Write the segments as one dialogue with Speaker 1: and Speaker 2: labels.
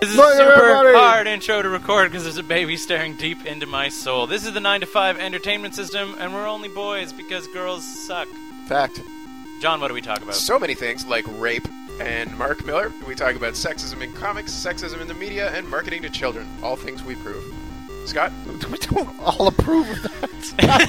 Speaker 1: This is a
Speaker 2: Morning,
Speaker 1: super
Speaker 2: everybody.
Speaker 1: hard intro to record because there's a baby staring deep into my soul. This is the 9 to 5 entertainment system, and we're only boys because girls suck.
Speaker 2: Fact.
Speaker 1: John, what do we talk about?
Speaker 2: So many things like rape and Mark Miller. We talk about sexism in comics, sexism in the media, and marketing to children. All things we prove. Scott?
Speaker 3: We don't all approve of that.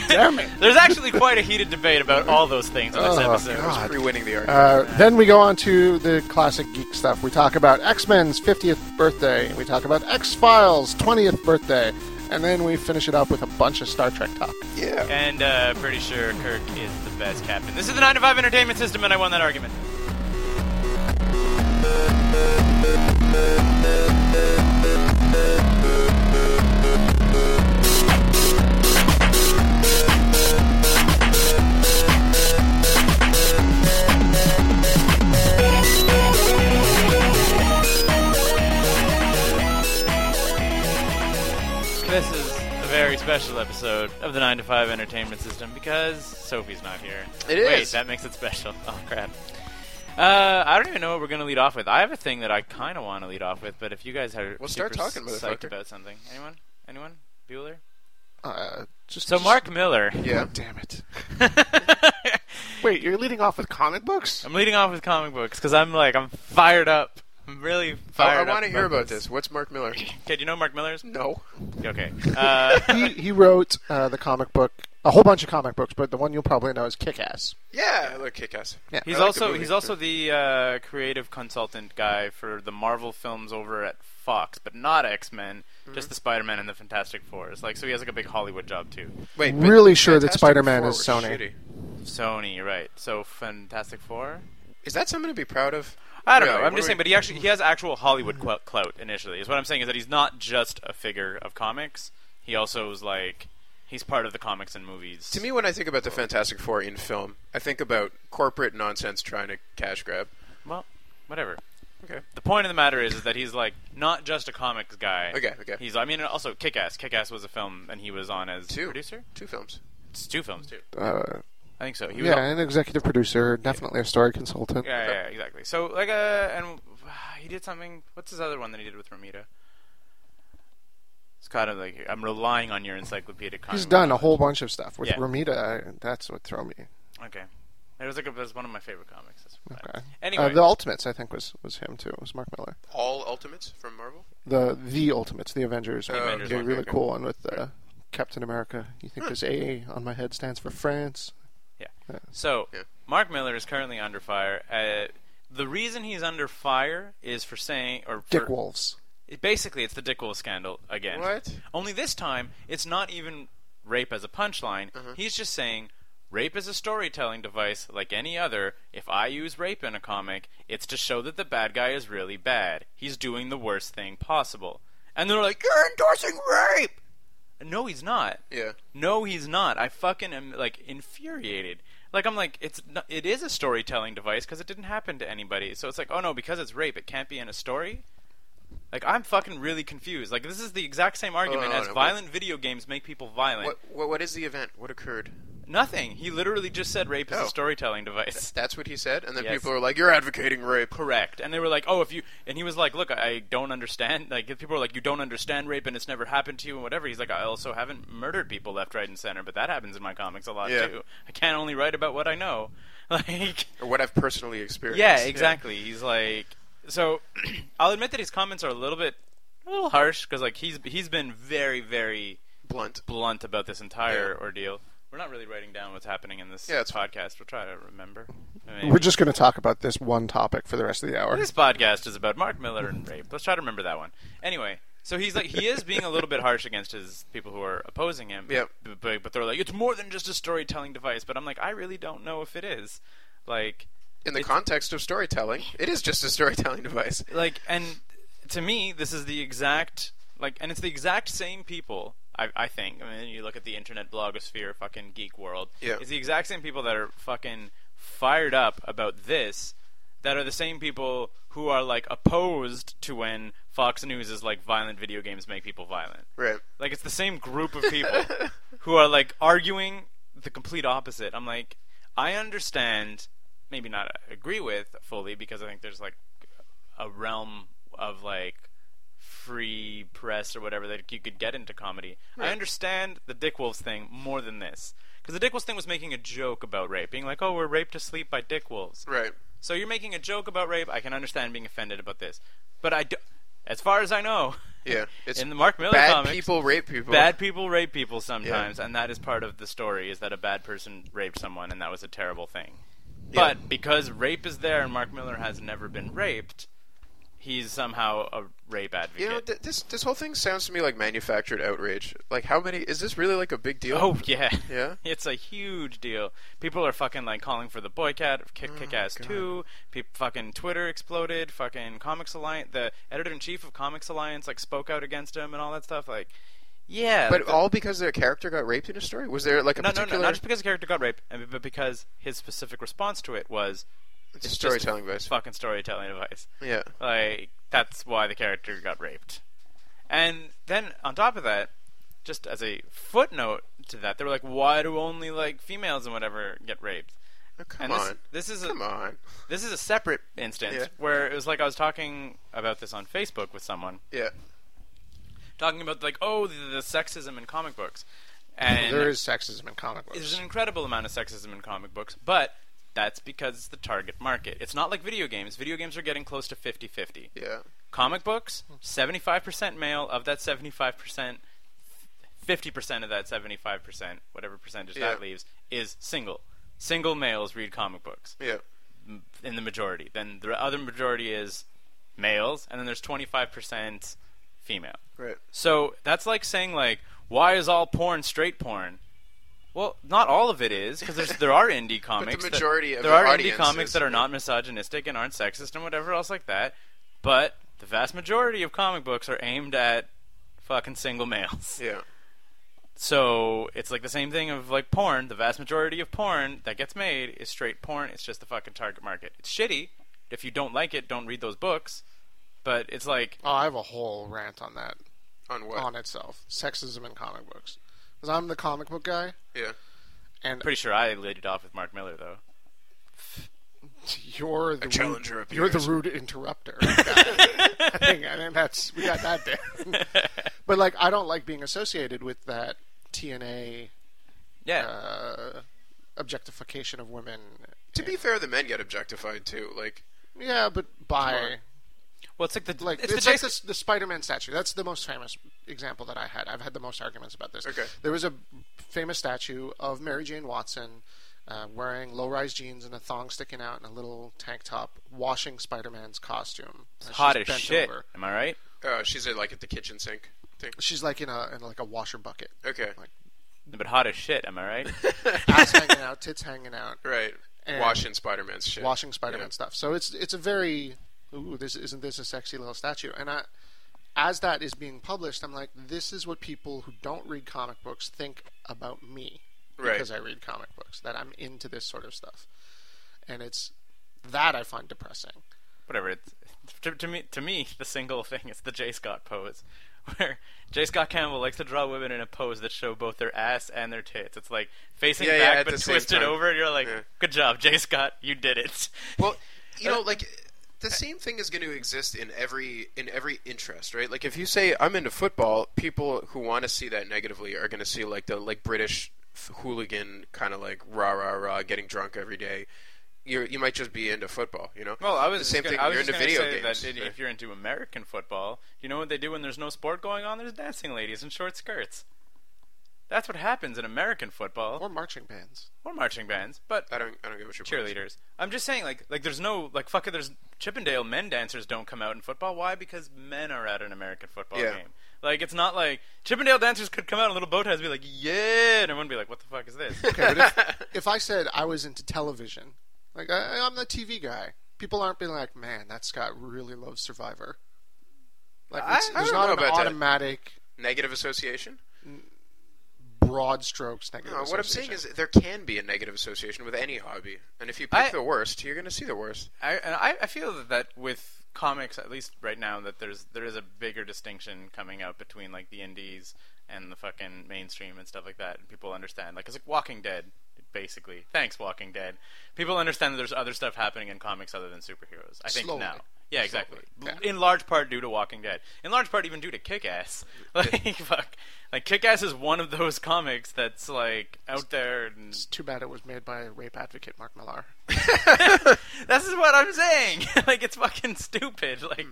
Speaker 3: God damn it.
Speaker 1: There's actually quite a heated debate about all those things on this
Speaker 3: Oh,
Speaker 1: episode.
Speaker 3: God.
Speaker 2: Pre winning the argument.
Speaker 3: Uh, then we go on to the classic geek stuff. We talk about X Men's 50th birthday. We talk about X Files' 20th birthday. And then we finish it up with a bunch of Star Trek talk.
Speaker 2: yeah.
Speaker 1: And uh, pretty sure Kirk is the best captain. This is the 9 to 5 entertainment system, and I won that argument. This is a very special episode of the 9 to 5 entertainment system because Sophie's not here.
Speaker 2: It
Speaker 1: Wait,
Speaker 2: is.
Speaker 1: that makes it special. Oh, crap. Uh, I don't even know what we're going to lead off with. I have a thing that I kind of want to lead off with, but if you guys are
Speaker 2: Well,
Speaker 1: super
Speaker 2: start talking,
Speaker 1: psyched
Speaker 2: motherfucker.
Speaker 1: about something. Anyone? Anyone? Bueller?
Speaker 3: Uh, just
Speaker 1: So,
Speaker 3: just-
Speaker 1: Mark Miller.
Speaker 2: Yeah.
Speaker 3: Damn it. Wait, you're leading off with comic books?
Speaker 1: I'm leading off with comic books because I'm like, I'm fired up. I'm really
Speaker 2: Oh, I
Speaker 1: fired up.
Speaker 2: want to hear about this. Mm. What's Mark Miller?
Speaker 1: Okay, do you know Mark Miller's?
Speaker 2: No.
Speaker 1: Okay. Uh,
Speaker 3: he, he wrote uh, the comic book, a whole bunch of comic books, but the one you'll probably know is Kick Ass.
Speaker 2: Yeah. I look kick ass.
Speaker 3: Yeah.
Speaker 1: He's
Speaker 2: I like the
Speaker 1: also
Speaker 2: movie.
Speaker 1: he's also the uh, creative consultant guy for the Marvel films over at Fox, but not X Men,
Speaker 2: Mm-hmm.
Speaker 1: just the Spider Man and the Fantastic Four. It's like so he has like a big Hollywood job too.
Speaker 2: Wait, but
Speaker 3: Really sure that
Speaker 2: Fantastic
Speaker 3: Spider-Man
Speaker 2: Four
Speaker 3: is
Speaker 2: was
Speaker 3: Sony.
Speaker 2: shitty.
Speaker 1: Sony, you're right? So Fantastic Four.
Speaker 2: Is that something to be proud of?
Speaker 1: I don't know.
Speaker 2: Really,
Speaker 1: I'm
Speaker 2: what
Speaker 1: just
Speaker 2: do
Speaker 1: saying,
Speaker 2: we-
Speaker 1: but he actually he has actual Hollywood cl- clout initially. Is what I'm saying is that he's not just a figure of comics. He also is like he's part of the comics and movies.
Speaker 2: To me, when I think about the Fantastic Four in film, I think about corporate nonsense trying to cash grab.
Speaker 1: well, whatever.
Speaker 2: Okay.
Speaker 1: The point of the matter is, is that he's like not just a comics guy.
Speaker 2: Okay, okay.
Speaker 1: He's I mean also Kick Ass. Kick Ass was a film and he was on as
Speaker 2: Two.
Speaker 1: producer.
Speaker 2: Two films.
Speaker 1: It's two films too.
Speaker 3: Uh,
Speaker 1: I think so. He was
Speaker 3: yeah,
Speaker 1: on-
Speaker 3: an executive producer, definitely a story consultant.
Speaker 1: yeah, yeah, yeah, exactly. So like uh and uh, he did something. What's his other one that he did with Romita? It's kind of like I'm relying on your encyclopedic.
Speaker 3: He's
Speaker 1: comic
Speaker 3: done a
Speaker 1: knowledge.
Speaker 3: whole bunch of stuff. With
Speaker 1: Yeah.
Speaker 3: Ramita, I- that's what threw me.
Speaker 1: Okay. It was like a, it was one of my favorite comics. That's what I-
Speaker 3: Okay.
Speaker 1: Anyway,
Speaker 3: Uh, the Ultimates, I think, was was him too. It was Mark Miller.
Speaker 2: All Ultimates from Marvel?
Speaker 3: The the Ultimates, the Avengers, the
Speaker 2: Avengers
Speaker 3: the
Speaker 2: one,
Speaker 3: really
Speaker 2: okay.
Speaker 3: cool one with uh, Captain America. You think this AA on my head stands for France?
Speaker 1: Yeah. So
Speaker 2: Yeah.
Speaker 1: Mark Miller is currently under fire. Uh, the reason he's under fire is for saying or for,
Speaker 3: Dick Wolves.
Speaker 1: it- basically it's the Dick Wolf scandal again.
Speaker 2: What?
Speaker 1: Only this time it's not even rape as a punchline. He's just saying rape is a storytelling device like any other. If I use rape in a comic, it's to show that the bad guy is really bad. He's doing the worst thing possible. And they're like, "You're endorsing rape." No, he's not.
Speaker 2: Yeah.
Speaker 1: No, he's not. I fucking am like infuriated. Like I'm like it's n- it is a storytelling device because it didn't happen to anybody. So it's like oh no, because it's rape, it can't be in a story. Like I'm fucking really confused. Like this is the exact same argument
Speaker 2: on,
Speaker 1: as
Speaker 2: Oh, no,
Speaker 1: violent video games make people violent.
Speaker 2: What, what, what is the event? What occurred?
Speaker 1: Nothing. He literally just said rape is
Speaker 2: No.
Speaker 1: a storytelling device.
Speaker 2: That's what he said, and then
Speaker 1: Yes.
Speaker 2: people were like, "You're advocating rape."
Speaker 1: correct and they were like oh if you and he was like look i don't understand like if people are like you don't understand rape and it's never happened to you and whatever he's like i also haven't murdered people left right and center but that happens in my comics a lot
Speaker 2: Yeah.
Speaker 1: too i can't only write about what i know like
Speaker 2: Or what I've personally experienced.
Speaker 1: yeah exactly he's like so i'll admit that his comments are a little bit a little harsh because like he's he's been very very
Speaker 2: Blunt.
Speaker 1: blunt about this entire
Speaker 2: Yeah.
Speaker 1: ordeal we're not really writing down what's happening in this
Speaker 2: Yeah, it's fine.
Speaker 1: podcast we'll try to remember
Speaker 3: We're just going to talk about this one topic for the rest of the hour.
Speaker 1: This podcast is about Mark Miller and rape. Let's try to remember that one. Anyway, so he's like he is being a little bit harsh against his people who are opposing him.
Speaker 2: Yep.
Speaker 1: B- But, but they're like it's more than just a storytelling device. But I'm like I really don't know if it is. Like
Speaker 2: In the
Speaker 1: It's-
Speaker 2: context of storytelling, it is just a storytelling device.
Speaker 1: like and to me this is the exact like and it's the exact same people I, I think. I mean, you look at the internet blogosphere, fucking geek world.
Speaker 2: Yeah.
Speaker 1: It's the exact same people that are fucking fired up about this that are the same people who are like opposed to when Fox News is like violent video games make people violent.
Speaker 2: Right.
Speaker 1: Like it's the same group of people who are like arguing the complete opposite. I'm like, I understand, maybe not agree with fully because I think there's like a realm of like free press or whatever that you could get into comedy. I understand the Dick Wolves thing more than this. Because the Dick Wolves thing was making a joke about rape, being like, "Oh, we're raped to sleep by Dick Wolves."
Speaker 2: Right.
Speaker 1: So you're making a joke about rape. I can understand being offended about this, but I, do, as far as I know,
Speaker 2: Yeah. It's
Speaker 1: in the Mark Miller
Speaker 2: bad
Speaker 1: comics,
Speaker 2: people rape people.
Speaker 1: bad people rape people sometimes, and that is part of the story: is that a bad person raped someone, and that was a terrible thing.
Speaker 2: Yeah.
Speaker 1: But because rape is there, and Mark Miller has never been raped, he's somehow a rape advocate.
Speaker 2: You know, th- this this whole thing sounds to me like manufactured outrage. Like, how many is this really like a big deal?
Speaker 1: Oh yeah,
Speaker 2: Yeah?
Speaker 1: It's a huge deal. People are fucking like calling for the boycott of Kick
Speaker 2: Oh,
Speaker 1: Kick Ass Two. Peop fucking Twitter exploded. Fucking Comics Alliance, the editor in chief of Comics Alliance, like spoke out against him and all that stuff. Like, yeah,
Speaker 2: but
Speaker 1: the-
Speaker 2: all because their character got raped in a story? Was there like a
Speaker 1: no, no,
Speaker 2: particular
Speaker 1: no, not just because the character got raped, and- but because his specific response to it was
Speaker 2: it's
Speaker 1: just
Speaker 2: storytelling device?
Speaker 1: fucking storytelling advice.
Speaker 2: Yeah.
Speaker 1: Like that's why the character got raped. And then on top of that, just as a footnote to that, they were like, why do only like females and whatever get raped?
Speaker 2: Oh, come
Speaker 1: And
Speaker 2: on.
Speaker 1: this, this is a,
Speaker 2: come on.
Speaker 1: this is a separate instance
Speaker 2: Yeah.
Speaker 1: where it was like I was talking about this on Facebook with someone,
Speaker 2: Yeah.
Speaker 1: talking about like oh the, the sexism in comic books, and
Speaker 3: there is sexism in comic books.
Speaker 1: there's an incredible amount of sexism in comic books, but that's because it's the target market. It's not like video games. Video games are getting close to 50-50.
Speaker 2: Yeah.
Speaker 1: Comic books, 75% male. Of that 75%, 50% of that 75%, whatever percentage
Speaker 2: Yeah.
Speaker 1: that leaves, is single. Single males read comic books
Speaker 2: Yeah.
Speaker 1: m- in the majority. Then the other majority is males, and then there's 25% female.
Speaker 2: Right.
Speaker 1: So that's like saying like, why is all porn straight porn? Well, not all of it is because there are indie comics. that-
Speaker 2: majority of
Speaker 1: there
Speaker 2: the
Speaker 1: are indie
Speaker 2: audience
Speaker 1: comics
Speaker 2: is-
Speaker 1: that are not misogynistic and aren't sexist and whatever else like that. But the vast majority of comic books are aimed at fucking single males.
Speaker 2: Yeah.
Speaker 1: So it's like the same thing of like porn. The vast majority of porn that gets made is straight porn. It's just the fucking target market. It's shitty. If you don't like it, don't read those books. But it's like
Speaker 3: oh, I have a whole rant on that
Speaker 2: On what?
Speaker 3: on itself. Sexism in comic books. Because I'm the comic book guy,
Speaker 2: Yeah.
Speaker 3: and
Speaker 1: pretty sure I laid it off with Mark Miller though.
Speaker 3: you're the
Speaker 2: challenger
Speaker 3: rude, you're the
Speaker 2: appears.
Speaker 3: rude interrupter. guy. I think I think that's we got that down. but like, I don't like being associated with that TNA
Speaker 1: Yeah.
Speaker 3: uh, objectification of women.
Speaker 2: To be fair, the men get objectified too. Like,
Speaker 3: Yeah, but by
Speaker 1: Well, it's like the
Speaker 3: like
Speaker 1: it's,
Speaker 3: it's,
Speaker 1: the
Speaker 3: like
Speaker 1: Jason,
Speaker 3: this, the Spider-Man statue. That's the most famous example that I had. I've had the most arguments about this.
Speaker 2: Okay.
Speaker 3: There was a famous statue of Mary Jane Watson uh, wearing low-rise jeans and a thong sticking out and a little tank top, washing Spider-Man's costume. It's
Speaker 1: hot as shit. Am I right?
Speaker 2: oh, she's at, like at the kitchen sink. Thing.
Speaker 3: She's like in a in like a washer bucket,
Speaker 2: Okay.
Speaker 3: Like-
Speaker 1: No, But hot as shit. Am I right?
Speaker 3: ass hanging out, tits hanging out,
Speaker 2: Right.
Speaker 3: And-
Speaker 2: Washing Spider-Man's shit.
Speaker 3: washing Spider-Man
Speaker 2: Yeah.
Speaker 3: stuff. So it's it's a very ooh, this isn't this a sexy little statue? And I, as that is being published, I'm like, this is what people who don't read comic books think about me
Speaker 2: Right.
Speaker 3: because I read comic books that I'm into this sort of stuff, and it's that I find depressing.
Speaker 1: whatever. It's, to, to me, to me, the single thing is the J. Scott pose, where J. Scott Campbell likes to draw women in a pose that show both their ass and their tits. It's like facing
Speaker 2: Yeah, yeah,
Speaker 1: back
Speaker 2: at
Speaker 1: but
Speaker 2: the same
Speaker 1: twisted
Speaker 2: time.
Speaker 1: over, and you're like,
Speaker 2: Yeah.
Speaker 1: "Good job, J. Scott, you did it."
Speaker 2: Well, you
Speaker 1: Uh,
Speaker 2: know, like the same thing is going to exist in every in every interest, right? Like if you say I'm into football, people who want to see that negatively are going to see like the like British f- hooligan kind of like rah rah rah getting drunk every day. You you might just be into football, you know.
Speaker 1: Well, I was
Speaker 2: the
Speaker 1: just
Speaker 2: same
Speaker 1: gonna,
Speaker 2: thing.
Speaker 1: I was
Speaker 2: you're
Speaker 1: just
Speaker 2: into
Speaker 1: gonna
Speaker 2: video
Speaker 1: say
Speaker 2: games.
Speaker 1: that
Speaker 2: right?
Speaker 1: if you're into American football, you know what they do when there's no sport going on? There's dancing ladies in short skirts. That's what happens in American football
Speaker 3: Or marching bands.
Speaker 1: or marching bands. But
Speaker 2: I don't I don't get what you're
Speaker 1: cheerleaders. I'm just saying, like, like there's no like fucking there's Chippendale men dancers don't come out in football. Why? Because men are at an American football
Speaker 2: Yeah.
Speaker 1: game. Like it's not like Chippendale dancers could come out in little bow ties and be like, yeah, and everyone would be like, what the fuck is this?
Speaker 3: Okay, but if, if I said I was into television, like I, I'm the TV guy, people aren't being like, man, that Scott really loves Survivor. Like
Speaker 2: I-
Speaker 3: it's,
Speaker 2: I
Speaker 3: there's
Speaker 2: don't
Speaker 3: not
Speaker 2: know
Speaker 3: an
Speaker 2: about that.
Speaker 3: automatic.
Speaker 2: Negative association.
Speaker 3: broad strokes negative.
Speaker 2: No, what I'm saying
Speaker 3: association.
Speaker 2: is there can be a negative association with any hobby, and if you pick
Speaker 1: I-
Speaker 2: the worst, you're going to see the worst.
Speaker 1: I, and I, I feel that, that with comics, at least right now, that there's there is a bigger distinction coming out between like the indies and the fucking mainstream and stuff like that, and people understand. Like it's like Walking Dead, basically. Thanks, Walking Dead. People understand that there's other stuff happening in comics other than superheroes. I think
Speaker 3: Slowly.
Speaker 1: now. Yeah, exactly.
Speaker 3: Slowly, yeah.
Speaker 1: In large part due to Walking Dead. In large part even due to Kick Ass. Like fuck. Like Kick Ass is one of those comics that's like out there and
Speaker 3: It's too bad it was made by a rape advocate, Mark Millar.
Speaker 1: This is what I'm saying. like it's fucking stupid. Like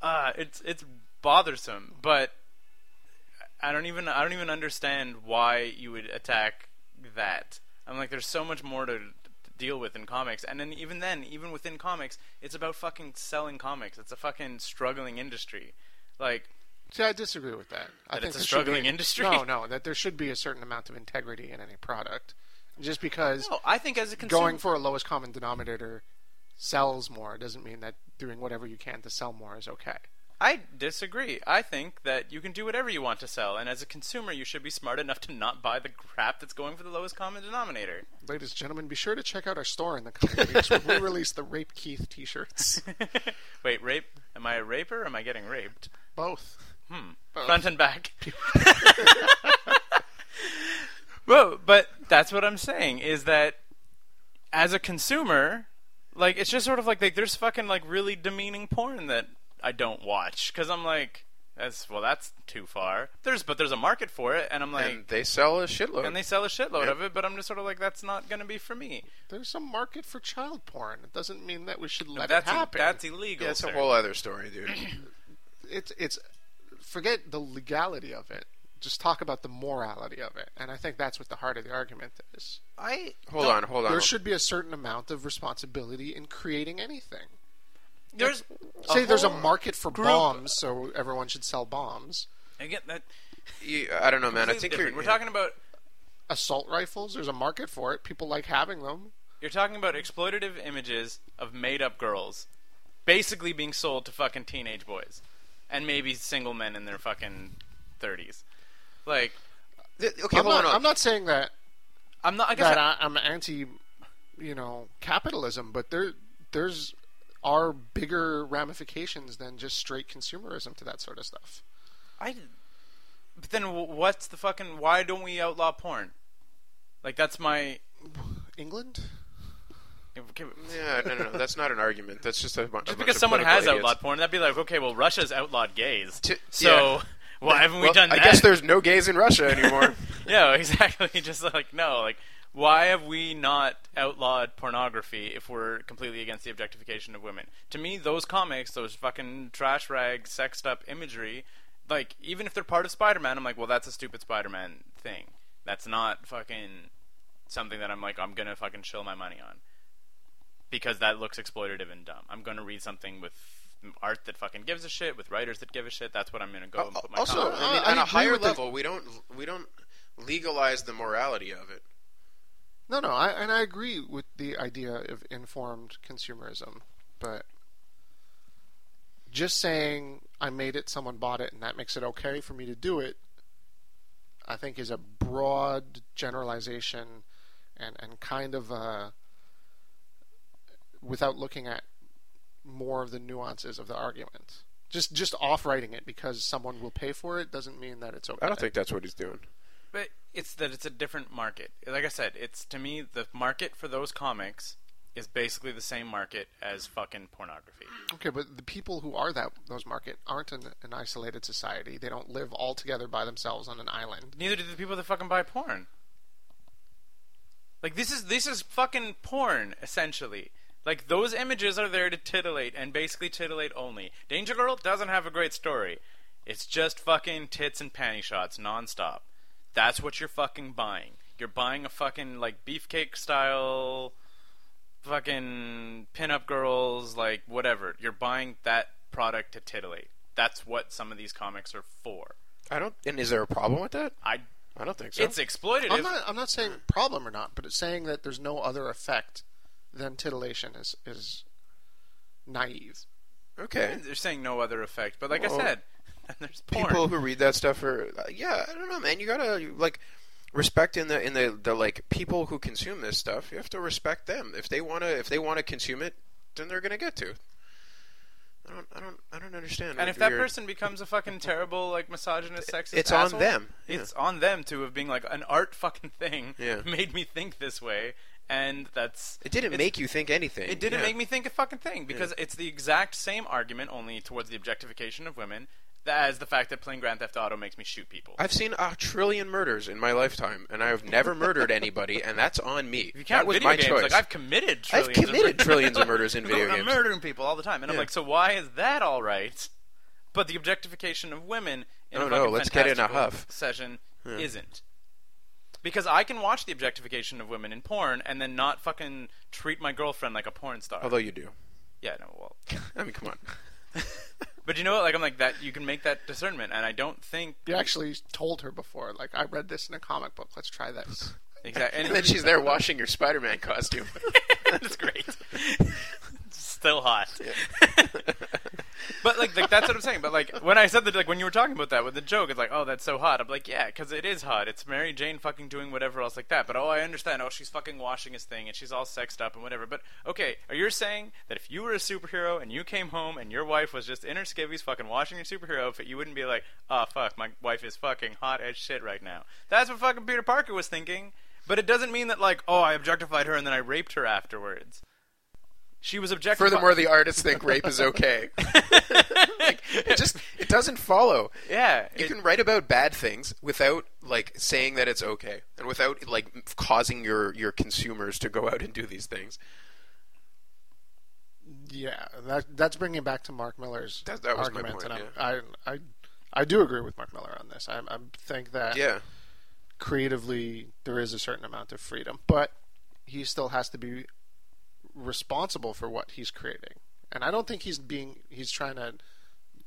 Speaker 1: uh it's it's bothersome, but I don't even I don't even understand why you would attack that. I'm like there's so much more to to deal with in comics and then even then even within comics it's about fucking selling comics it's a fucking struggling industry like
Speaker 3: See, I disagree with that. I
Speaker 1: That it's a
Speaker 3: think there should be-
Speaker 1: struggling industry?
Speaker 3: No, no, that there should be a certain amount of integrity in any product, just because
Speaker 1: no i think as a consumer
Speaker 3: going for a lowest common denominator sells more doesn't mean that doing whatever you can to sell more is okay.
Speaker 1: I disagree. I think that you can do whatever you want to sell, and as a consumer, you should be smart enough to not buy the crap that's going for the lowest common denominator.
Speaker 3: Ladies and gentlemen, be sure to check out our store in the coming weeks when we release the Rape Keith T-shirts.
Speaker 1: Wait, rape? Am I a raper or am I getting raped?
Speaker 3: Both. Both.
Speaker 1: Hmm. Front and back. Well, but that's what I'm saying is that as a consumer, like it's just sort of like, like there's fucking like really demeaning porn that I don't watch because I'm like, that's well, that's too far. There's but there's a market for it, and I'm like,
Speaker 2: And they sell a shitload.
Speaker 1: and they sell a shitload
Speaker 2: Yep.
Speaker 1: of it, but I'm just sort of like, that's not going to be for me.
Speaker 3: There's a market for child porn. It doesn't mean that we should let
Speaker 1: that's
Speaker 3: it happen.
Speaker 1: that's illegal.
Speaker 2: yeah, it's a
Speaker 1: sir.
Speaker 2: whole other story, dude.
Speaker 3: it's it's forget the legality of it. Just talk about the morality of it, and I think that's what the heart of the argument is.
Speaker 1: I
Speaker 2: hold on, hold on.
Speaker 3: There should be a certain amount of responsibility in creating anything.
Speaker 1: there's
Speaker 3: Say there's a
Speaker 1: whole
Speaker 3: market for
Speaker 1: group-
Speaker 3: bombs, so everyone should sell bombs.
Speaker 1: again that.
Speaker 2: You- I don't know, man. I
Speaker 1: completely
Speaker 2: think
Speaker 1: different.
Speaker 2: you're,
Speaker 1: we're talking about
Speaker 3: Assault rifles, there's a market for it. People like having them.
Speaker 1: you're talking about exploitative images of made-up girls, basically being sold to fucking teenage boys, and maybe single men in their fucking thirties. Like
Speaker 2: Th- okay,
Speaker 3: I'm
Speaker 2: hold
Speaker 3: not,
Speaker 2: on.
Speaker 3: I'm not saying that
Speaker 1: I'm not. I guess
Speaker 3: that
Speaker 1: uh, I-
Speaker 3: I, I'm anti, you know, capitalism, but there there's are bigger ramifications than just straight consumerism to that sort of stuff.
Speaker 1: I. But then, wh- what's the fucking? Why don't we outlaw porn? Like that's my.
Speaker 3: England,
Speaker 2: Yeah, no, no, no. That's not an argument. That's just a, bu- a bunch
Speaker 1: Just because
Speaker 2: of
Speaker 1: someone
Speaker 2: political
Speaker 1: has
Speaker 2: idiots.
Speaker 1: outlawed porn, that'd be like, okay, well, Russia's outlawed gays.
Speaker 2: T-
Speaker 1: so
Speaker 2: yeah.
Speaker 1: why haven't we
Speaker 2: Well,
Speaker 1: done that?
Speaker 2: I guess there's no gays in Russia anymore.
Speaker 1: yeah, exactly. Just like no, like why have we not outlawed pornography if we're completely against the objectification of women? To me, those comics, those fucking trash rag, sexed up imagery, like even if they're part of Spider-Man, I'm like, well, that's a stupid Spider-Man thing. That's not fucking something that I'm like, I'm gonna fucking chill my money on because that looks exploitative and dumb. I'm gonna read something with art that fucking gives a shit, with writers that give a shit. That's what I'm gonna go and put Oh, my
Speaker 2: Uh, also,
Speaker 1: time on.
Speaker 2: I mean,
Speaker 3: I
Speaker 2: on a
Speaker 3: agree
Speaker 2: higher
Speaker 3: with that.
Speaker 2: level, we don't we don't legalize the morality of it.
Speaker 3: no, no, I, and I agree with the idea of informed consumerism, but just saying I made it, someone bought it, and that makes it okay for me to do it, I think is a broad generalization, and and kind of a, without looking at more of the nuances of the argument. Just just off writing it because someone will pay for it doesn't mean that it's okay.
Speaker 2: I don't think that's what he's doing.
Speaker 1: But it's that it's a different market. Like I said, it's to me the market for those comics is basically the same market as fucking pornography.
Speaker 3: Okay, but the people who are that those market aren't an, an isolated society. They don't live all together by themselves on an island.
Speaker 1: Neither do the people that fucking buy porn. Like this is this is fucking porn essentially. Like those images are there to titillate and basically titillate only. Danger Girl doesn't have a great story. It's just fucking tits and panty shots nonstop. That's what you're fucking buying. You're buying a fucking like beefcake style fucking pinup girls, like whatever. You're buying that product to titillate. That's what some of these comics are for.
Speaker 2: I don't. And is there a problem with that?
Speaker 1: I
Speaker 2: I don't think so.
Speaker 1: it's exploitative.
Speaker 3: I'm not I'm not saying
Speaker 2: Mm.
Speaker 3: problem or not, but it's saying that there's no other effect than titillation is is naive.
Speaker 2: okay.
Speaker 1: They're saying no other effect, but like
Speaker 2: Well,
Speaker 1: I said, there's porn.
Speaker 2: uh, People who read that stuff are yeah. I don't know, man. You gotta like respect in the in the, the like people who consume this stuff. You have to respect them. If they wanna if they wanna consume it, then they're gonna get to. I don't I don't I don't understand.
Speaker 1: And if that
Speaker 2: your-
Speaker 1: person becomes a fucking terrible, like misogynist, sexist,
Speaker 2: it's on
Speaker 1: asshole,
Speaker 2: them, yeah.
Speaker 1: It's on them to have being like an art fucking thing
Speaker 2: Yeah.
Speaker 1: made me think this way, and that's
Speaker 2: it didn't
Speaker 1: it's-
Speaker 2: make you think anything.
Speaker 1: It didn't
Speaker 2: yeah.
Speaker 1: make me think a fucking thing because it's the exact same argument, only towards the objectification of women, as the fact that playing Grand Theft Auto makes me shoot people.
Speaker 2: I've seen a trillion murders in my lifetime, and I've never murdered anybody, and that's on me.
Speaker 1: If you
Speaker 2: that
Speaker 1: count
Speaker 2: was
Speaker 1: video
Speaker 2: my
Speaker 1: games,
Speaker 2: choice.
Speaker 1: like I've committed
Speaker 2: I've
Speaker 1: trillions of
Speaker 2: committed
Speaker 1: murders.
Speaker 2: trillions of murders in video
Speaker 1: I'm
Speaker 2: games.
Speaker 1: murdering people all the time, and I'm
Speaker 2: Yeah.
Speaker 1: like, so why is that all right? But the objectification of women in
Speaker 2: Oh, No,
Speaker 1: a
Speaker 2: no,
Speaker 1: fucking
Speaker 2: let's get in a
Speaker 1: fantastical
Speaker 2: huff.
Speaker 1: session isn't. Because I can watch the objectification of women in porn and then not fucking treat my girlfriend like a porn star.
Speaker 2: Although you do.
Speaker 1: yeah, no, well,
Speaker 2: I mean, come on.
Speaker 1: but you know what? Like, I'm like that. You can make that discernment, and I don't think
Speaker 3: You actually told her before, like, I read this in a comic book. Let's try this.
Speaker 1: exactly.
Speaker 2: And then she's there washing your Spider-Man costume.
Speaker 1: That's great. Still hot. but like, like that's what I'm saying. But like when I said that, like when you were talking about that with the joke, it's like, oh, that's so hot. I'm like, yeah, because it is hot. It's Mary Jane fucking doing whatever else like that. But oh, I understand. Oh, she's fucking washing his thing, and she's all sexed up and whatever. But okay, are you saying that if you were a superhero and you came home and your wife was just in her skivvies fucking washing your superhero outfit, you wouldn't be like, oh fuck, my wife is fucking hot as shit right now. That's what fucking Peter Parker was thinking. But it doesn't mean that like, oh, I objectified her and then I raped her afterwards. She was objectified.
Speaker 2: Furthermore, the artists think rape is okay. It just it doesn't follow.
Speaker 1: yeah,
Speaker 2: You
Speaker 1: it-
Speaker 2: can write about bad things without like saying that it's okay, and without like causing your your consumers to go out and do these things.
Speaker 3: Yeah, that that's bringing back to Mark Miller's
Speaker 2: That- that was my
Speaker 3: argument,
Speaker 2: point,
Speaker 3: and I'm, I, I, I do agree with Mark Miller on this. I, I think that
Speaker 2: Yeah,
Speaker 3: creatively there is a certain amount of freedom, but he still has to be responsible for what he's creating. And I don't think he's being he's trying to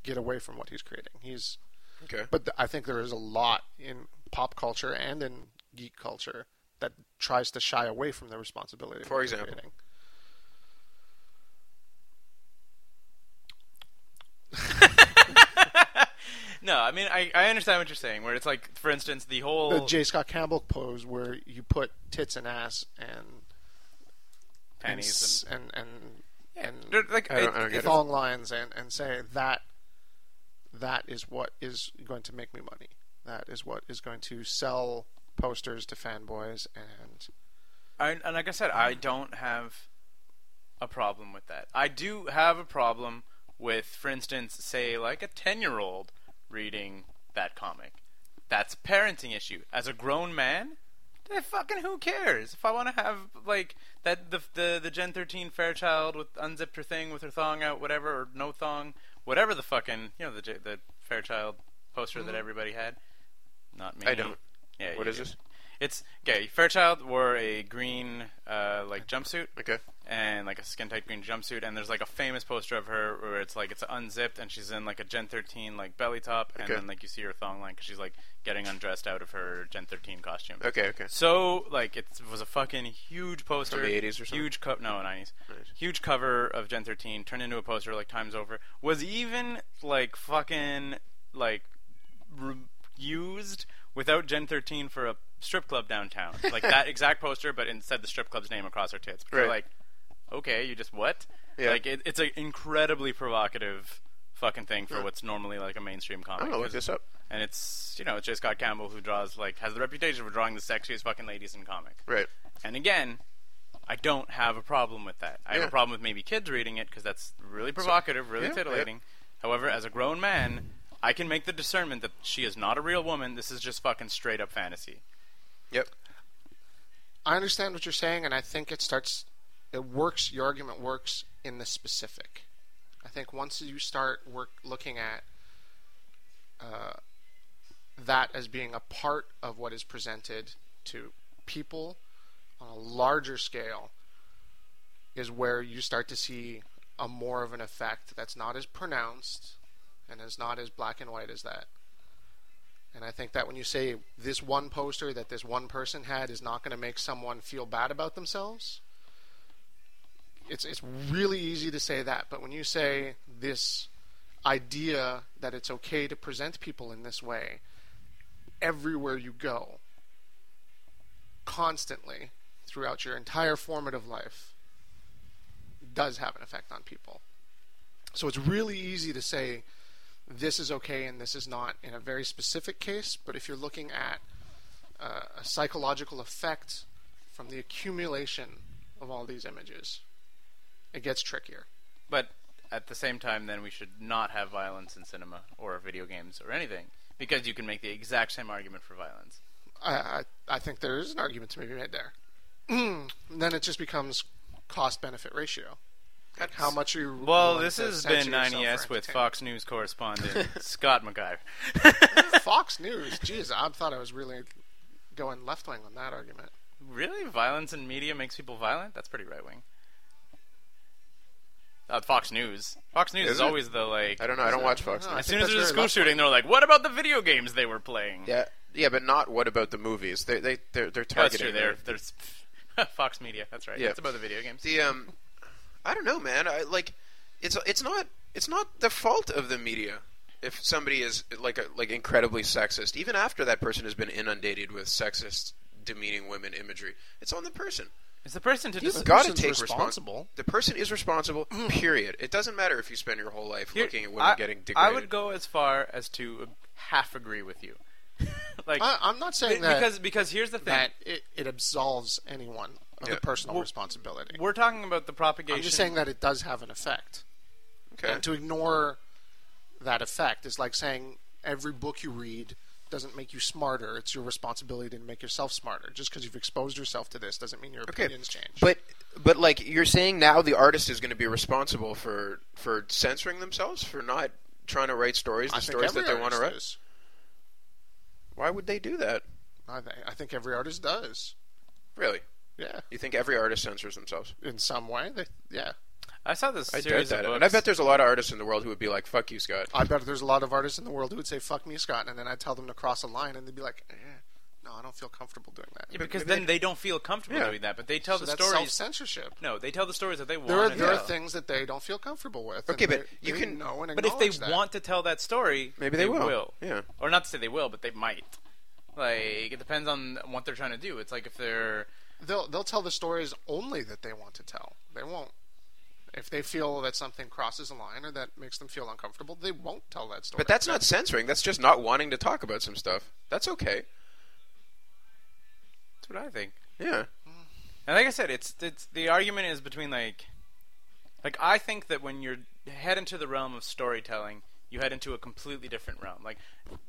Speaker 3: get away from what he's creating. He's
Speaker 2: okay.
Speaker 3: but th- I think there is a lot in pop culture and in geek culture that tries to shy away from the responsibility. of
Speaker 2: For
Speaker 3: what they're
Speaker 2: example.
Speaker 3: creating.
Speaker 1: no, I mean, I, I understand what you're saying. Where it's like, for instance, the whole
Speaker 3: the J. Scott Campbell pose where you put tits and ass and
Speaker 1: panties
Speaker 3: and and and, and,
Speaker 1: and, They're like
Speaker 2: I don't-
Speaker 1: it-
Speaker 2: I don't get it.
Speaker 3: thong lines and and say that that is what is going to make me money. That is what is going to sell posters to fanboys and
Speaker 1: I, and like I said, I don't have a problem with that. I do have a problem with, for instance, say like a ten-year-old reading that comic. That's a parenting issue. As a grown man, eh, fucking who cares? If I want to have like that the the the Gen 13 Fairchild with unzipped her thing with her thong out, whatever, or no thong, whatever the fucking you know the J- the Fairchild poster that everybody had. Not me.
Speaker 2: Mm-hmm. I don't.
Speaker 1: Yeah.
Speaker 2: What
Speaker 1: you
Speaker 2: is
Speaker 1: do.
Speaker 2: this?
Speaker 1: It's okay. Fairchild wore a green uh, like jumpsuit
Speaker 2: Okay.
Speaker 1: and like a skin tight green jumpsuit, and there's like a famous poster of her where it's like it's unzipped and she's in like a Gen 13 like belly top, and
Speaker 2: Okay.
Speaker 1: then like you see her thong line because she's like getting undressed out of her Gen 13 costume.
Speaker 2: Okay. Okay.
Speaker 1: So like it was a fucking huge poster,
Speaker 2: From the 80s or something?
Speaker 1: Huge co- no 90s,
Speaker 2: Nice.
Speaker 1: huge cover of Gen 13 turned into a poster like times over. Was even like fucking like re- used without Gen 13 for a strip club downtown, like that exact poster, but instead the strip club's name across her tits. But you're
Speaker 2: Right.
Speaker 1: like, okay, you just what?
Speaker 2: Yeah.
Speaker 1: Like it, it's an incredibly provocative fucking thing for what's normally like a mainstream comic.
Speaker 2: I'm gonna look
Speaker 1: 'cause
Speaker 2: this up.
Speaker 1: and it's you know it's J. Scott Campbell who draws like has the reputation for drawing the sexiest fucking ladies in comic.
Speaker 2: Right.
Speaker 1: And again, I don't have a problem with that. I have
Speaker 2: Yeah.
Speaker 1: a problem with maybe kids reading it because that's really provocative, really
Speaker 2: yeah, yeah.
Speaker 1: titillating. However, as a grown man, I can make the discernment that she is not a real woman. This is just fucking straight up fantasy.
Speaker 2: Yep.
Speaker 3: I understand what you're saying, and I think it starts. It works. Your argument works in the specific. I think once you start work looking at uh, that as being a part of what is presented to people on a larger scale, is where you start to see a more of an effect that's not as pronounced and is not as black and white as that. And I think that when you say this one poster that this one person had is not going to make someone feel bad about themselves, it's it's really easy to say that. But when you say this idea that it's okay to present people in this way everywhere you go, constantly throughout your entire formative life does have an effect on people. So it's really easy to say this is okay and this is not in a very specific case, but if you're looking at uh, a psychological effect from the accumulation of all these images, it gets trickier.
Speaker 1: But at the same time, then we should not have violence in cinema or video games or anything because you can make the exact same argument for violence.
Speaker 3: I, I, I think there is an argument to be made there. And then it just becomes cost benefit ratio. How much are you?
Speaker 1: Well,
Speaker 3: willing
Speaker 1: this
Speaker 3: to
Speaker 1: has been 90s
Speaker 3: censor yourself for
Speaker 1: with
Speaker 3: entertainment?
Speaker 1: Fox News correspondent Scott McGuire.
Speaker 3: Fox News. Jeez, I thought I was really going left wing on that argument.
Speaker 1: Really? Violence in media makes people violent? That's pretty right wing. Uh, Fox News. Fox News is,
Speaker 2: Is it?
Speaker 1: always the like.
Speaker 2: I don't know. I don't watch Fox
Speaker 3: No,
Speaker 2: News.
Speaker 3: I
Speaker 1: As soon as
Speaker 3: think that's
Speaker 1: there's a
Speaker 3: very
Speaker 1: school
Speaker 3: left-
Speaker 1: shooting, they're like, "What about the video games they were playing?"
Speaker 2: Yeah, yeah, but not what about the movies? They they they're, they're
Speaker 1: that's
Speaker 2: targeting.
Speaker 1: true. There, there's Fox Media. That's right.
Speaker 2: Yeah.
Speaker 1: It's about the video games.
Speaker 2: the um, I don't know, man. I like it's it's not it's not the fault of the media if somebody is like a, like incredibly sexist. Even after that person has been inundated with sexist, demeaning women imagery, it's on the person.
Speaker 1: It's the person to
Speaker 2: You've
Speaker 1: just.
Speaker 2: got to
Speaker 3: person's
Speaker 2: take
Speaker 3: responsible. Mm.
Speaker 2: responsibility. The person is responsible. Period. It doesn't matter if you spend your whole life
Speaker 1: Here-
Speaker 2: looking at women
Speaker 1: I,
Speaker 2: getting
Speaker 1: I
Speaker 2: degraded.
Speaker 1: would go as far as to half agree with you, like
Speaker 3: I, I'm not saying that
Speaker 1: because because here's the thing.
Speaker 3: that it, it absolves anyone of
Speaker 2: Yeah.
Speaker 3: the personal responsibility.
Speaker 1: we're talking about the propagation.
Speaker 3: I'm just saying that it does have an effect,
Speaker 2: Okay.
Speaker 3: and to ignore that effect is like saying every book you read doesn't make you smarter. It's your responsibility to make yourself smarter. Just because you've exposed yourself to this doesn't mean your
Speaker 2: Okay,
Speaker 3: opinions change.
Speaker 2: But but like you're saying now, the artist is going to be responsible for for censoring themselves for not trying to write stories, the
Speaker 3: I think
Speaker 2: stories that
Speaker 3: every
Speaker 2: they want to
Speaker 3: artist
Speaker 2: write.
Speaker 3: is.
Speaker 2: Why would they do that?
Speaker 3: I, thi- I think every artist does.
Speaker 2: Really?
Speaker 3: Yeah,
Speaker 2: You think every artist censors themselves?
Speaker 3: in some way. They, yeah,
Speaker 1: I saw this
Speaker 2: I doubt
Speaker 1: series
Speaker 2: that.
Speaker 1: of books.
Speaker 2: And I bet there's a lot of artists in the world who would be like, "Fuck you, Scott."
Speaker 3: I bet there's a lot of artists in the world who would say "fuck me, Scott," and then I tell them to cross a line, and they'd be like, eh, "No, I don't feel comfortable doing that."
Speaker 1: Yeah, because then they don't feel comfortable
Speaker 2: Yeah.
Speaker 1: doing that, but they tell
Speaker 3: so
Speaker 1: the
Speaker 3: that's
Speaker 1: stories.
Speaker 3: self-censorship.
Speaker 1: No, they tell the stories that they want.
Speaker 3: There are
Speaker 1: to
Speaker 3: there are
Speaker 1: tell.
Speaker 3: things that they don't feel comfortable with.
Speaker 2: Okay,
Speaker 3: and
Speaker 2: but
Speaker 3: they-
Speaker 2: you
Speaker 3: they
Speaker 2: can-
Speaker 3: know and
Speaker 1: But if they
Speaker 3: acknowledge that.
Speaker 1: want to tell that story,
Speaker 2: Maybe they will.
Speaker 1: will.
Speaker 2: Yeah.
Speaker 1: Or not to say they will, but they might. Like it depends on what they're trying to do. It's like if they're
Speaker 3: they'll they'll tell the stories only that they want to tell. They won't. If they feel that something crosses a line or that makes them feel uncomfortable, they won't tell that story.
Speaker 2: But that's not censoring. That's just not wanting to talk about some stuff. That's okay.
Speaker 1: that's what I think.
Speaker 2: Yeah.
Speaker 1: And like I said, it's it's the argument is between like like I think that when you're head into the realm of storytelling, you head into a completely different realm. Like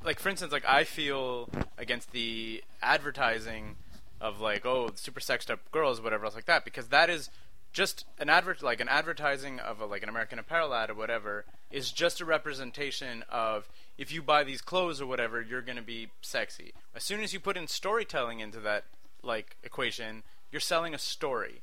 Speaker 1: like for instance, like I feel against the advertising of like oh super sexed up girls whatever else like that because that is just an advert like an advertising of a, like an American Apparel ad or whatever is just a representation of if you buy these clothes or whatever you're going to be sexy. As soon as you put in storytelling into that like equation, you're selling a story.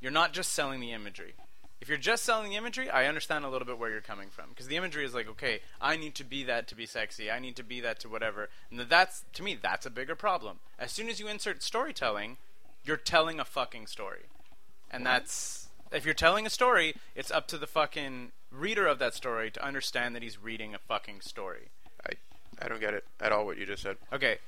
Speaker 1: You're not just selling the imagery. If you're just selling the imagery, I understand a little bit where you're coming from because the imagery is like, okay, I need to be that to be sexy. I need to be that to whatever. And that's to me, that's a bigger problem. As soon as you insert storytelling, you're telling a fucking story. And that's if you're telling a story, it's up to the fucking reader of that story to understand that he's reading a fucking story.
Speaker 2: I I don't get it at all. What you just said.
Speaker 1: Okay.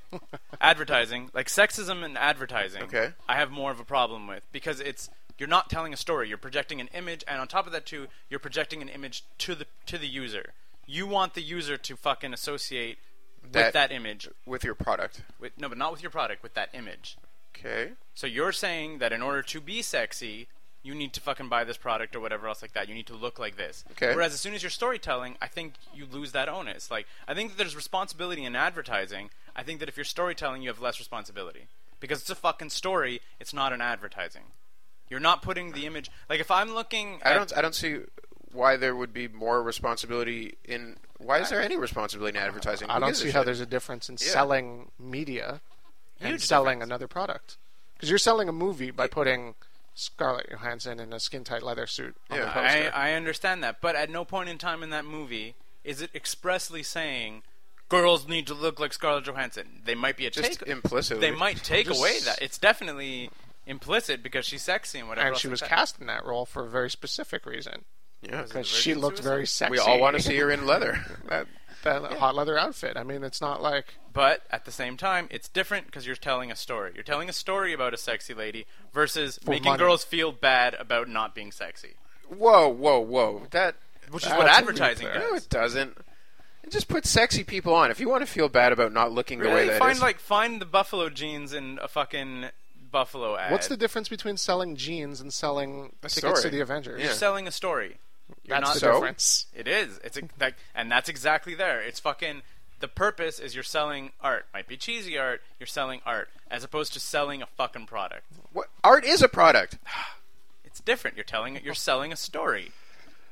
Speaker 1: advertising, like sexism and advertising.
Speaker 2: Okay.
Speaker 1: I have more of a problem with because it's you're not telling a story, you're projecting an image and on top of that too, you're projecting an image to the to the user. You want the user to fucking associate
Speaker 2: That-
Speaker 1: with that image.
Speaker 2: With your product.
Speaker 1: With, no, but not with your product, with that image.
Speaker 2: Okay.
Speaker 1: So you're saying that in order to be sexy, you need to fucking buy this product or whatever else like that. You need to look like this.
Speaker 2: Okay.
Speaker 1: Whereas as soon as you're storytelling, I think you lose that onus. Like I think that there's responsibility in advertising. I think that if you're storytelling, you have less responsibility because it's a fucking story. It's not an advertising. You're not putting the image. Like if I'm looking,
Speaker 2: I
Speaker 1: at-
Speaker 2: don't. I don't see why there would be more responsibility in. Why is there any responsibility in advertising?
Speaker 3: I
Speaker 2: Who
Speaker 3: don't
Speaker 2: gives a
Speaker 3: see how
Speaker 2: shit?
Speaker 3: there's a difference in
Speaker 2: Yeah.
Speaker 3: selling media and
Speaker 1: Huge
Speaker 3: selling
Speaker 1: difference.
Speaker 3: another product. Because you're selling a movie by putting Scarlett Johansson in a skin tight leather suit on
Speaker 2: Yeah.
Speaker 3: the
Speaker 1: I,
Speaker 3: poster.
Speaker 1: I understand that, but at no point in time in that movie is it expressly saying girls need to look like Scarlett Johansson. They might be a
Speaker 2: Just
Speaker 1: take-
Speaker 2: implicitly.
Speaker 1: They might take
Speaker 3: Just-
Speaker 1: away that. It's definitely implicit because she's sexy and whatever.
Speaker 3: and
Speaker 1: else
Speaker 3: she
Speaker 1: like
Speaker 3: was
Speaker 1: that.
Speaker 3: cast in that role for a very specific reason.
Speaker 2: Yeah.
Speaker 3: Because she
Speaker 1: virgin
Speaker 3: looked very
Speaker 1: suicide?
Speaker 3: sexy.
Speaker 2: We all want to see her in leather.
Speaker 3: that. that hot leather outfit. I mean, it's not like
Speaker 1: But at the same time, it's different because you're telling a story. You're telling a story about a sexy lady versus making
Speaker 3: money.
Speaker 1: girls feel bad about not being sexy,
Speaker 2: Whoa, whoa, whoa! That
Speaker 1: which is what
Speaker 3: That's a
Speaker 1: advertising
Speaker 3: good
Speaker 2: no,
Speaker 1: does.
Speaker 2: it doesn't. It just puts sexy people on. If you want to feel bad about not looking the way
Speaker 1: Really,
Speaker 2: that
Speaker 1: find
Speaker 2: is-
Speaker 1: like find the buffalo jeans in a fucking buffalo ad.
Speaker 3: what's the difference between selling jeans and selling tickets
Speaker 2: story.
Speaker 3: to the Avengers?
Speaker 2: Yeah.
Speaker 1: You're selling a story. You're
Speaker 3: That's
Speaker 1: not
Speaker 3: the
Speaker 2: So?
Speaker 3: difference.
Speaker 1: It is. It's a, that, and that's exactly there. It's fucking the purpose is you're selling art. Might be cheesy art. You're selling art as opposed to selling a fucking product.
Speaker 2: what? art is a product.
Speaker 1: It's different. You're telling it. You're selling a story.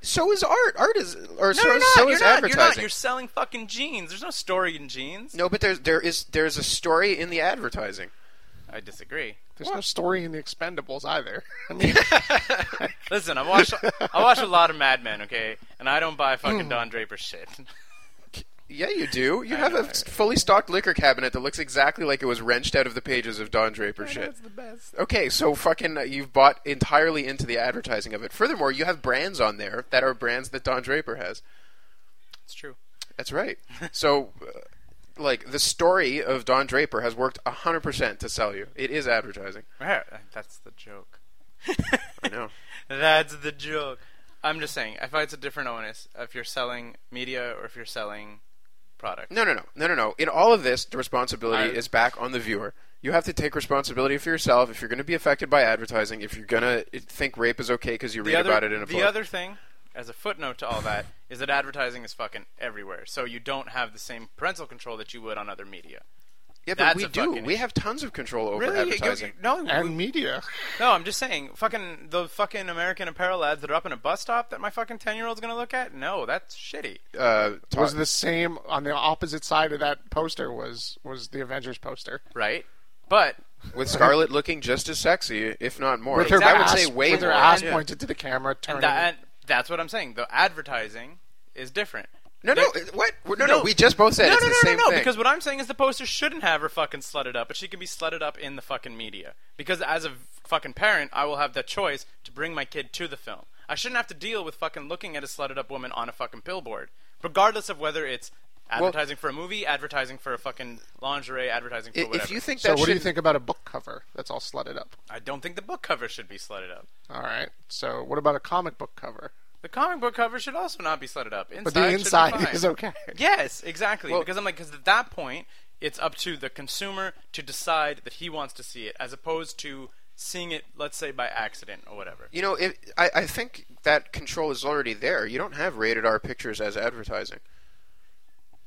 Speaker 2: So is art. Art is, or
Speaker 1: No,
Speaker 2: so,
Speaker 1: you're not.
Speaker 2: so
Speaker 1: you're
Speaker 2: is
Speaker 1: not.
Speaker 2: advertising.
Speaker 1: You're not. You're selling fucking jeans. There's no story in jeans.
Speaker 2: No, but there's there is there's a story in the advertising.
Speaker 1: I disagree.
Speaker 3: There's no story in the Expendables either. I mean,
Speaker 1: Listen, I watch I watch a lot of Mad Men, okay, and I don't buy fucking Don Draper shit.
Speaker 2: Yeah, you do. You have
Speaker 1: know,
Speaker 2: a
Speaker 1: I-
Speaker 2: fully stocked liquor cabinet that looks exactly like it was wrenched out of the pages of Don Draper shit.
Speaker 1: the best.
Speaker 2: Okay, so fucking uh, you've bought entirely into the advertising of it. Furthermore, you have brands on there that are brands that Don Draper has.
Speaker 1: It's true.
Speaker 2: That's right. so, uh, like the story of Don Draper has worked hundred percent to sell you. It is advertising.
Speaker 1: Right. That's the joke.
Speaker 2: I know.
Speaker 1: That's the joke. I'm just saying, if it's a different onus, if you're selling media or if you're selling product.
Speaker 2: No, no, no, no, no, no. In all of this, the responsibility
Speaker 1: I-
Speaker 2: is back on the viewer. You have to take responsibility for yourself. If you're going to be affected by advertising, if you're going to think rape is okay because you
Speaker 1: the
Speaker 2: read
Speaker 1: other,
Speaker 2: about it in a
Speaker 1: the
Speaker 2: book,
Speaker 1: other thing, as a footnote to all that, is that advertising is fucking everywhere. So you don't have the same parental control that you would on other media.
Speaker 2: yeah, but
Speaker 1: that's
Speaker 2: we
Speaker 1: a
Speaker 2: do.
Speaker 1: fucking
Speaker 2: We
Speaker 1: issue.
Speaker 2: have tons of control over
Speaker 1: You- you-
Speaker 2: advertising.
Speaker 1: no,
Speaker 3: and media.
Speaker 1: no. I'm just saying, fucking the fucking American Apparel ads that are up in a bus stop that my fucking ten year old's gonna look at. No, that's shitty.
Speaker 2: uh, ta-
Speaker 3: was the same on the opposite side of that poster was was the Avengers poster.
Speaker 1: Right. But
Speaker 2: with Scarlett looking just as sexy, if not more.
Speaker 3: With her
Speaker 2: I would
Speaker 3: ass,
Speaker 2: say way
Speaker 3: with her
Speaker 2: more.
Speaker 3: ass
Speaker 2: Yeah.
Speaker 3: pointed to the camera, turning.
Speaker 1: that that's what I'm saying. The advertising is different.
Speaker 2: No, no,
Speaker 1: The-
Speaker 2: it- what? No, no, we just both said
Speaker 1: no,
Speaker 2: it's
Speaker 1: no,
Speaker 2: the
Speaker 1: no,
Speaker 2: same
Speaker 1: no, no,
Speaker 2: thing.
Speaker 1: Because what I'm saying is the poster shouldn't have her fucking slutted up, but she can be slutted up in the fucking media. Because as a fucking parent, I will have the choice to bring my kid to the film. I shouldn't have to deal with fucking looking at a slutted up woman on a fucking billboard, regardless of whether it's advertising for a movie, advertising for a fucking lingerie, advertising for
Speaker 2: I-
Speaker 1: whatever.
Speaker 2: if you think
Speaker 3: so,
Speaker 2: that,
Speaker 3: what do you
Speaker 2: shouldn't-
Speaker 3: think about a book cover that's all slutted up?
Speaker 1: I don't think the book cover should be slutted up.
Speaker 3: All right. So, what about a comic book cover?
Speaker 1: The comic book cover should also not be slutted up. Inside
Speaker 3: But the
Speaker 1: should be fine.
Speaker 3: inside is okay.
Speaker 1: Yes, exactly.
Speaker 2: Well-
Speaker 1: because I'm like, because at that point, it's up to the consumer to decide that he wants to see it, as opposed to seeing it, let's say, by accident or whatever.
Speaker 2: You know, if, I, I think that control is already there. You don't have rated R pictures as advertising.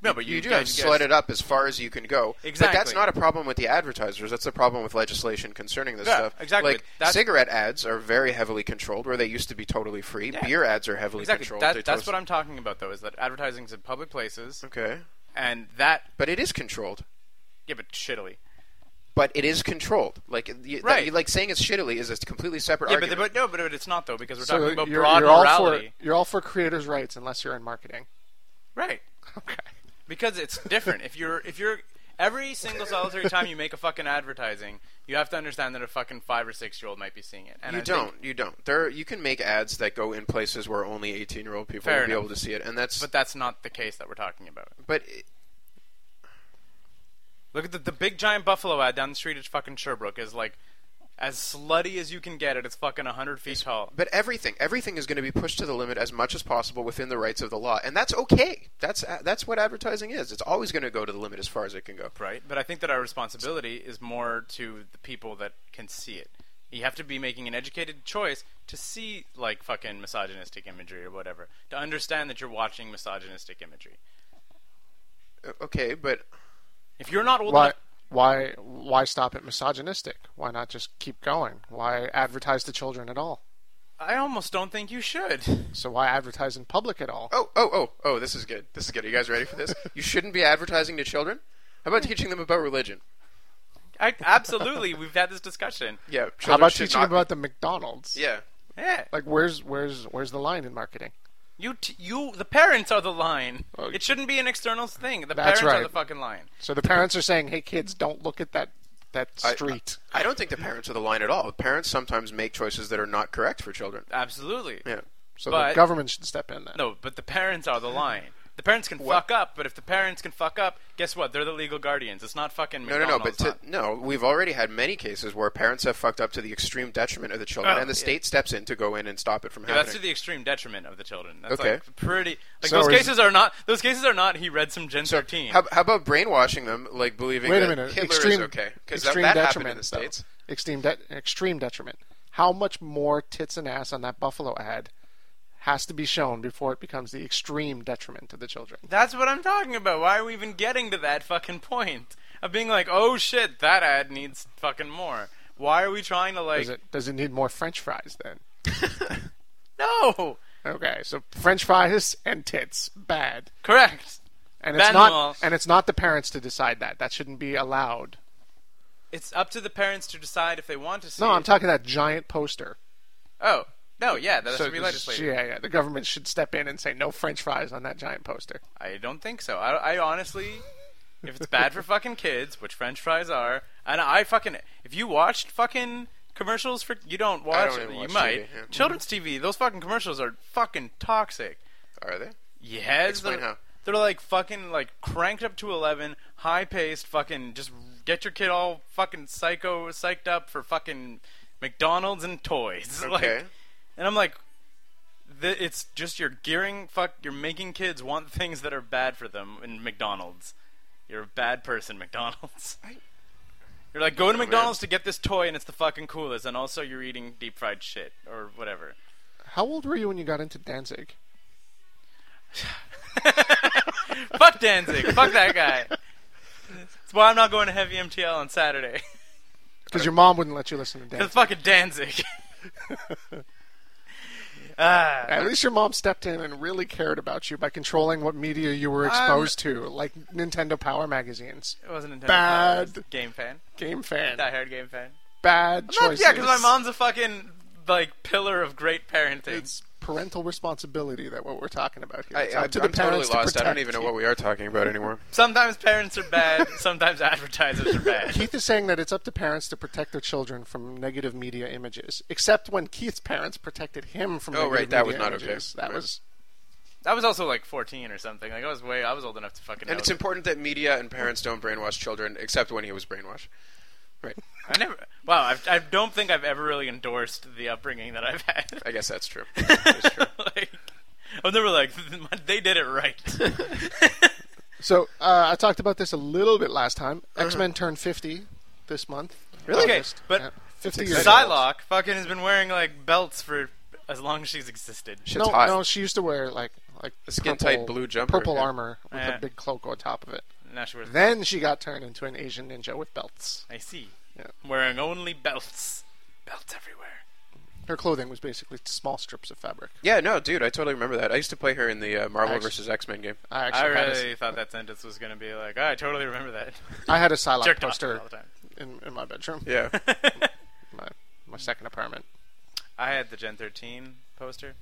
Speaker 1: No, but
Speaker 2: You,
Speaker 1: you,
Speaker 2: do
Speaker 1: I
Speaker 2: have to
Speaker 1: guess-
Speaker 2: slut it up as far as you can go. But that's
Speaker 1: Exactly.
Speaker 2: not a problem with the advertisers. That's a problem with legislation concerning this
Speaker 1: Yeah,
Speaker 2: stuff.
Speaker 1: exactly.
Speaker 2: Like
Speaker 1: That's-
Speaker 2: cigarette ads are very heavily controlled, where they used to be totally free. Beer ads are heavily
Speaker 1: Exactly.
Speaker 2: controlled. They
Speaker 1: That, that's
Speaker 2: toast-
Speaker 1: what I'm talking about, though, is that advertising's in public places,
Speaker 2: Okay,
Speaker 1: and that,
Speaker 2: but it is controlled.
Speaker 1: yeah, but shittily.
Speaker 2: But it is controlled. Like you, that-
Speaker 1: Right.
Speaker 2: you- like saying it's shittily is a completely separate
Speaker 1: Yeah, but,
Speaker 2: argument.
Speaker 1: but no, but it's not though, because we're
Speaker 3: So
Speaker 1: talking about
Speaker 3: you're,
Speaker 1: broad
Speaker 3: you're all
Speaker 1: morality,
Speaker 3: for you're all for creators' rights unless you're in marketing.
Speaker 1: right?
Speaker 3: Okay.
Speaker 1: Because it's different. if you're if you're every single solitary time you make a fucking advertising, you have to understand that a fucking five or six year old might be seeing it. And
Speaker 2: you
Speaker 1: I think-
Speaker 2: don't. you don't. There, you can make ads that go in places where only 18-year-old people
Speaker 1: Fair
Speaker 2: will be
Speaker 1: enough.
Speaker 2: able to see it, and that's.
Speaker 1: but that's not the case that we're talking about.
Speaker 2: but it-
Speaker 1: Look at the, the big giant buffalo ad down the street at fucking Sherbrooke is like as slutty as you can get it. It's fucking 100 feet tall.
Speaker 2: But everything, everything is going to be pushed to the limit as much as possible within the rights of the law, and that's okay. That's that's what advertising is. It's always going to go to the limit as far as it can go.
Speaker 1: Right? But I think that our responsibility is more to the people that can see it. You have to be making an educated choice to see like fucking misogynistic imagery or whatever, to understand that you're watching misogynistic imagery.
Speaker 2: Uh, Okay, but
Speaker 1: If you're not old
Speaker 3: Why?
Speaker 1: enough,
Speaker 3: Why? Why stop at misogynistic? Why not just keep going? Why advertise to children at all?
Speaker 1: I almost don't think you should.
Speaker 3: So why advertise in public at all?
Speaker 2: oh, oh, oh, oh, this is good. This is good. Are you guys ready for this? you shouldn't be advertising to children. How about teaching them about religion?
Speaker 1: I, absolutely, we've had this discussion.
Speaker 2: Yeah.
Speaker 3: How
Speaker 2: children
Speaker 3: about
Speaker 2: should
Speaker 3: teaching
Speaker 2: not-
Speaker 3: about the McDonald's?
Speaker 2: Yeah.
Speaker 1: Yeah.
Speaker 3: Like where's where's where's the line in marketing?
Speaker 1: You, t- you, the parents are the line.
Speaker 3: Oh,
Speaker 1: it shouldn't be an external thing. The
Speaker 3: That's
Speaker 1: parents are
Speaker 3: right.
Speaker 1: the fucking line.
Speaker 3: So the parents are saying, "Hey kids, don't look at that that
Speaker 2: I-
Speaker 3: street."
Speaker 2: I don't think the parents are the line at all. Parents sometimes make choices that are not correct for children.
Speaker 1: Absolutely.
Speaker 2: Yeah.
Speaker 3: so
Speaker 1: but-
Speaker 3: the government should step in then.
Speaker 1: No, but the parents are the line. The parents can
Speaker 2: What-
Speaker 1: fuck up, but if the parents can fuck up, guess what? They're the legal guardians. It's not fucking
Speaker 2: No, no, no. But
Speaker 1: McDonald's,
Speaker 2: to,
Speaker 1: not-
Speaker 2: no, we've already had many cases where parents have fucked up to the extreme detriment of the children,
Speaker 1: Oh,
Speaker 2: and the
Speaker 1: yeah.
Speaker 2: state steps in to go in and stop it from
Speaker 1: Yeah, that's to
Speaker 2: happening.
Speaker 1: the extreme detriment of the children. That's
Speaker 2: Okay.
Speaker 1: like pretty. Like
Speaker 3: So
Speaker 1: those
Speaker 3: is-
Speaker 1: cases are not. Those cases are not. He read some Gen
Speaker 2: so,
Speaker 1: thirteen.
Speaker 2: how, how about brainwashing them, like believing
Speaker 3: Wait
Speaker 2: that
Speaker 3: a minute.
Speaker 2: Hitler
Speaker 3: extreme,
Speaker 2: is okay? Because that,
Speaker 3: extreme
Speaker 2: that happened
Speaker 3: detriment.
Speaker 2: in the
Speaker 3: though.
Speaker 2: states.
Speaker 3: Extreme, de- extreme detriment. How much more tits and ass on that buffalo ad has to be shown before it becomes the extreme detriment to the children?
Speaker 1: That's what I'm talking about. Why are we even getting to that fucking point of being like, oh shit, that ad needs fucking more? Why are we trying to like?
Speaker 3: Does it does it need more French fries then?
Speaker 1: No,
Speaker 3: Okay, so French fries and tits bad,
Speaker 1: correct.
Speaker 3: and it's
Speaker 1: Bad
Speaker 3: not
Speaker 1: law.
Speaker 3: and it's not the parents to decide that. That shouldn't be allowed.
Speaker 1: It's up to the parents to decide if they want to see.
Speaker 3: No,
Speaker 1: it.
Speaker 3: I'm talking that giant poster.
Speaker 1: Oh no, yeah, that
Speaker 3: So
Speaker 1: should be
Speaker 3: this is-
Speaker 1: legislated.
Speaker 3: Yeah, yeah. The government should step in and say no French fries on that giant poster.
Speaker 1: I don't think so. I, I honestly, if it's bad for fucking kids, which French fries are, and I fucking, if you watched fucking commercials for, you don't watch,
Speaker 2: don't even
Speaker 1: you
Speaker 2: watch
Speaker 1: might.
Speaker 2: TV, yeah.
Speaker 1: Children's TV, those fucking commercials are fucking toxic.
Speaker 2: Are they?
Speaker 1: Yes,
Speaker 2: Explain
Speaker 1: they're,
Speaker 2: how.
Speaker 1: they're like fucking like cranked up to eleven, high paced, fucking just get your kid all fucking psycho, psyched up for fucking McDonald's and toys.
Speaker 2: Okay.
Speaker 1: Like, and I'm like, th- it's just you're gearing fuck, you're making kids want things that are bad for them in McDonald's. You're a bad person, McDonald's.
Speaker 2: I- Oh,
Speaker 1: You're like, go to McDonald's to get this toy, and it's the fucking coolest, and also you're eating deep fried shit or whatever.
Speaker 3: How old were you when you got into Danzig?
Speaker 1: Fuck Danzig. Fuck that guy. That's why I'm not going to heavy MTL on Saturday.
Speaker 3: Because your mom wouldn't let you listen to
Speaker 1: Because
Speaker 3: Danzig.
Speaker 1: fucking Danzig. Ah,
Speaker 3: At least your mom stepped in and really cared about you by controlling what media you
Speaker 1: Um,
Speaker 3: were exposed to, like Nintendo Power magazines.
Speaker 1: it wasn't Nintendo.
Speaker 3: Bad.
Speaker 1: Power, it was Game fan.
Speaker 3: Game fan.
Speaker 1: Die hard game fan.
Speaker 3: Bad
Speaker 1: I'm not-
Speaker 3: choices.
Speaker 1: yeah, because my mom's a fucking like pillar of great parenting.
Speaker 3: It's parental responsibility that what we're talking about here.
Speaker 2: I,
Speaker 3: It's
Speaker 2: I,
Speaker 3: up
Speaker 2: I'm
Speaker 3: to the
Speaker 2: totally
Speaker 3: parents to
Speaker 2: lost. I don't
Speaker 3: protect
Speaker 2: even know
Speaker 3: you.
Speaker 2: what we are talking about anymore.
Speaker 1: sometimes parents are bad. sometimes advertisers are bad.
Speaker 3: Keith is saying that it's up to parents to protect their children from negative media images, except when Keith's parents protected him from.
Speaker 2: Oh,
Speaker 3: negative
Speaker 2: right, that was
Speaker 3: media
Speaker 2: not okay.
Speaker 3: images. That
Speaker 2: Right.
Speaker 3: was
Speaker 1: I was also like 14 or something. Like I was way. I was old enough to fucking.
Speaker 2: And
Speaker 1: know
Speaker 2: it's
Speaker 1: that.
Speaker 2: important that media and parents don't brainwash children, except when he was brainwashed. Right.
Speaker 1: I never. Wow. I've, I don't think I've ever really endorsed the upbringing that I've had.
Speaker 2: I guess that's true. That's true.
Speaker 1: like, I'm never like they did it right.
Speaker 3: so. Uh, I talked about this a little bit last time.
Speaker 2: Uh-huh.
Speaker 3: X Men turned fifty this month.
Speaker 1: Really? Okay,
Speaker 3: August.
Speaker 1: but
Speaker 3: Yeah, fifty years. old.
Speaker 1: Psylocke fucking has been wearing like belts for as long as she's existed.
Speaker 2: Shit's
Speaker 3: No,
Speaker 2: hot.
Speaker 3: no, she used to wear like like
Speaker 2: A skin-tight
Speaker 3: purple,
Speaker 2: blue jumper,
Speaker 3: purple
Speaker 2: yeah.
Speaker 3: armor with
Speaker 1: Yeah.
Speaker 3: a big cloak on top of it.
Speaker 1: Now she wears.
Speaker 3: Then she got turned into an Asian ninja with belts.
Speaker 1: I see.
Speaker 3: Yeah.
Speaker 1: Wearing only belts. Belts everywhere.
Speaker 3: Her clothing was basically small strips of fabric.
Speaker 2: Yeah, no, dude, I totally remember that. I used to play her in the uh, Marvel
Speaker 3: Nice.
Speaker 2: versus X Men game.
Speaker 3: I
Speaker 1: I
Speaker 3: actually had a-
Speaker 1: really thought that sentence was gonna be like, "Ah, I totally remember that.
Speaker 3: I had a Psylocke
Speaker 1: Jerked off
Speaker 3: poster
Speaker 1: all the time.
Speaker 3: in, in my bedroom,
Speaker 2: Yeah.
Speaker 3: my, my second apartment.
Speaker 1: I had the Gen 13 poster,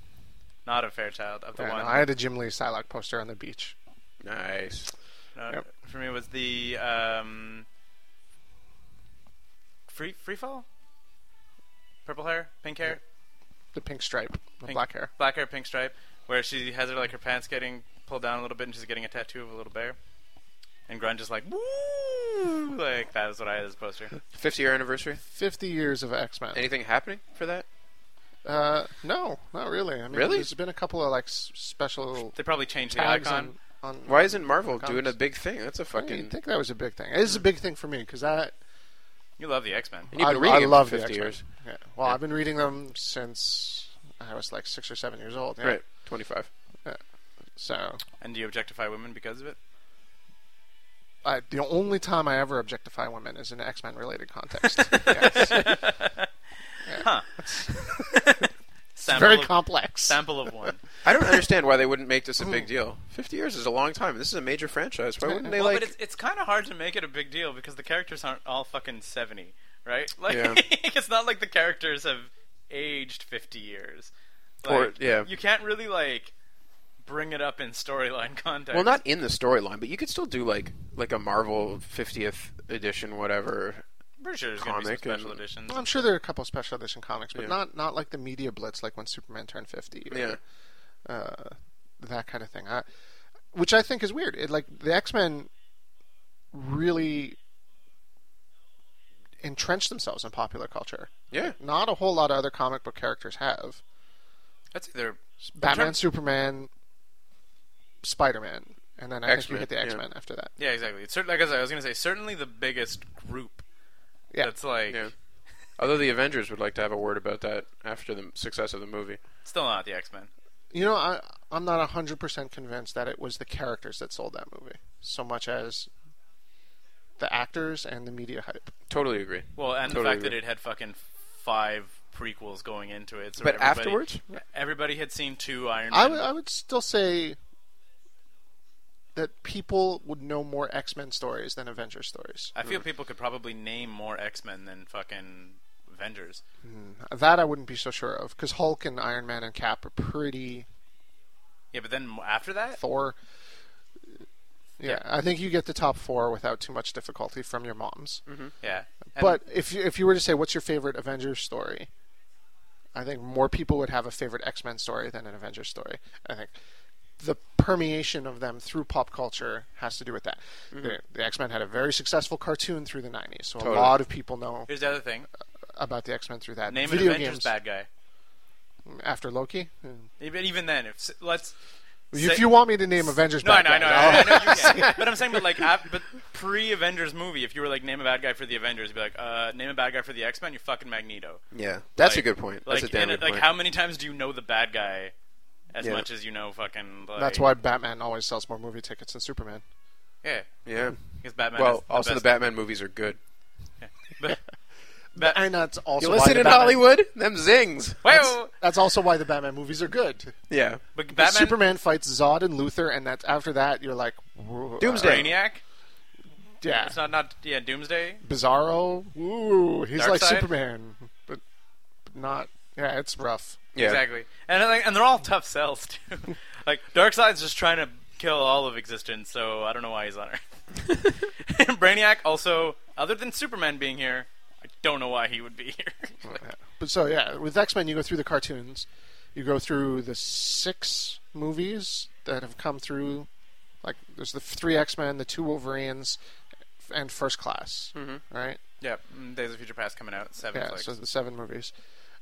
Speaker 1: not of Fairchild, of the
Speaker 3: Yeah, no,
Speaker 1: one.
Speaker 3: I had a Jim Lee Psylocke poster on the beach.
Speaker 2: nice.
Speaker 1: no,
Speaker 3: yep.
Speaker 1: Uh, For me, it was the um, free free fall. Purple hair, pink hair.
Speaker 3: The pink stripe, the
Speaker 1: Pink-
Speaker 3: black hair.
Speaker 1: Black hair, pink stripe, where she has her like her pants getting pulled down a little bit and she's getting a tattoo of a little bear. And Grunge is like, woo! Like, that is what I had as a poster.
Speaker 2: 50 year anniversary.
Speaker 3: 50 years of X Men.
Speaker 2: Anything happening for that?
Speaker 3: Uh, no, not really. I mean,
Speaker 2: Really?
Speaker 3: there's been a couple of like s- special
Speaker 1: They probably changed the
Speaker 3: tags
Speaker 1: icon.
Speaker 3: on. on
Speaker 2: Why isn't Marvel
Speaker 3: Comics.
Speaker 2: doing a big thing? That's a
Speaker 3: I didn't
Speaker 2: fucking.
Speaker 3: think that was a big thing. It is a big thing for me because I
Speaker 1: You love the X Men.
Speaker 2: And you've
Speaker 3: I,
Speaker 2: been reading
Speaker 3: I
Speaker 2: it for
Speaker 3: love the
Speaker 2: 50
Speaker 3: X-Men.
Speaker 2: years.
Speaker 3: Yeah. Well, I've been reading them since I was like six or seven years old. yeah.
Speaker 2: Right, 25.
Speaker 3: So
Speaker 1: And do you objectify women because of it?
Speaker 3: I, the only time I ever objectify women is in an X Men related context. yes.
Speaker 1: Sample
Speaker 3: Very
Speaker 1: of,
Speaker 3: complex.
Speaker 1: Sample of one.
Speaker 2: I don't understand why they wouldn't make this a big deal. 50 years is a long time. This is a major franchise. Why wouldn't they,
Speaker 1: well, but
Speaker 2: like.
Speaker 1: it's, it's kind of hard to make it a big deal because the characters aren't all fucking 70, right? Like,
Speaker 2: Yeah.
Speaker 1: it's not like the characters have aged 50 years. Like,
Speaker 2: Or- yeah.
Speaker 1: You can't really, like, bring it up in storyline context.
Speaker 2: Well, not in the storyline, but you could still do, like, like a Marvel 50th edition, whatever.
Speaker 1: pretty sure there's going to be some
Speaker 2: comic and-
Speaker 1: special editions.
Speaker 3: Well, I'm sure there are a couple special edition comics, but
Speaker 2: Yeah.
Speaker 3: not not like the media blitz, like when Superman turned 50. or,
Speaker 2: Yeah.
Speaker 3: Uh, that kind of thing. I, which I think is weird. It, like the X Men really entrenched themselves in popular culture.
Speaker 2: Yeah,
Speaker 3: Not a whole lot of other comic book characters have.
Speaker 2: that's either
Speaker 3: Batman,
Speaker 2: trying-
Speaker 3: Superman, Spider Man, and then I
Speaker 2: X-Men,
Speaker 3: think you hit the
Speaker 2: yeah.
Speaker 3: X Men after that.
Speaker 1: Yeah, exactly. It's certainly, like I said, I was gonna say, certainly the biggest group.
Speaker 3: Yeah.
Speaker 1: That's like
Speaker 2: yeah. Although the Avengers would like to have a word about that after the success of the movie.
Speaker 1: still not the X Men.
Speaker 3: You know, I I'm not hundred percent convinced that it was the characters that sold that movie so much as the actors and the media hype.
Speaker 2: Totally agree.
Speaker 1: Well, and the
Speaker 2: Totally
Speaker 1: fact that
Speaker 2: agree.
Speaker 1: it had fucking five prequels going into it. So
Speaker 2: But
Speaker 1: everybody-
Speaker 2: afterwards?
Speaker 1: everybody had seen two Iron Man.
Speaker 3: I would- I would still say that people would know more X Men stories than Avengers stories.
Speaker 1: I feel
Speaker 2: Hmm.
Speaker 1: people could probably name more X Men than fucking Avengers.
Speaker 3: That I wouldn't be so sure of because Hulk and Iron Man and Cap are pretty
Speaker 1: Yeah, but then after that,
Speaker 3: Thor. Yeah, I think you get the top four without too much difficulty from your moms.
Speaker 1: Mm-hmm. yeah. And-
Speaker 3: But if you, if you were to say what's your favorite Avengers story, I think more people would have a favorite X Men story than an Avengers story. I think the permeation of them through pop culture has to do with that.
Speaker 1: Mm-hmm.
Speaker 3: The, the X Men had a very successful cartoon through the '90s, so
Speaker 2: Totally.
Speaker 3: a lot of people know
Speaker 1: here's the other thing:
Speaker 3: about the X Men
Speaker 2: Uh,
Speaker 3: through that.
Speaker 1: name an
Speaker 3: Video
Speaker 1: Avengers
Speaker 3: games
Speaker 1: bad guy.
Speaker 3: after Loki. Mm.
Speaker 1: Even even then, if s- let's
Speaker 3: If
Speaker 1: Say-
Speaker 3: you want me to name Avengers,
Speaker 1: No, I
Speaker 3: bad
Speaker 1: know, I know, I
Speaker 3: guys, I'll-
Speaker 1: know, I know you can. But I'm saying, but like, ap- but pre-Avengers movie, if you were like, name a bad guy for the Avengers, you'd be like, uh, name a bad guy for the X-Men, you're fucking Magneto.
Speaker 2: Yeah, that's
Speaker 1: Like-
Speaker 2: a good point.
Speaker 1: like,
Speaker 2: That's a damn
Speaker 1: and
Speaker 2: good
Speaker 1: it- like,
Speaker 2: point.
Speaker 1: how many times do you know the bad guy as
Speaker 2: Yeah.
Speaker 1: much as you know fucking? Like,
Speaker 3: That's why Batman always sells more movie tickets than Superman.
Speaker 1: Yeah,
Speaker 2: yeah.
Speaker 1: because Batman. is
Speaker 2: Well, also the
Speaker 1: best.
Speaker 2: Batman movies are good.
Speaker 1: Ba- Ba-
Speaker 3: And that's also
Speaker 2: You
Speaker 3: why
Speaker 2: listen
Speaker 3: the
Speaker 2: in
Speaker 3: Batman-
Speaker 2: Hollywood, them zings.
Speaker 1: Wow.
Speaker 3: That's also why the Batman movies are good.
Speaker 2: Yeah,
Speaker 1: But Batman,
Speaker 3: Because Superman fights Zod and Luthor, and that's after that you're like whoa,
Speaker 2: Doomsday.
Speaker 1: Brainiac.
Speaker 3: uh, yeah,
Speaker 1: It's not not yeah Doomsday.
Speaker 3: Bizarro. Ooh, he's like
Speaker 1: Darkseid?
Speaker 3: Superman, but, but not. Yeah, it's rough.
Speaker 2: yeah,
Speaker 1: Exactly. And like, and they're all tough sells too. like Darkseid's just trying to kill all of existence, so I don't know why he's on Earth. Brainiac also, other than Superman being here, I don't know why he would be here. Like,
Speaker 3: But so yeah, with X Men you go through the cartoons, you go through the six movies that have come through. Like there's the three X Men, the two Wolverines, and First Class. Mm-hmm. Right.
Speaker 1: yeah, mm, Days of Future Past coming out seven.
Speaker 3: Yeah,
Speaker 1: like,
Speaker 3: so the seven movies.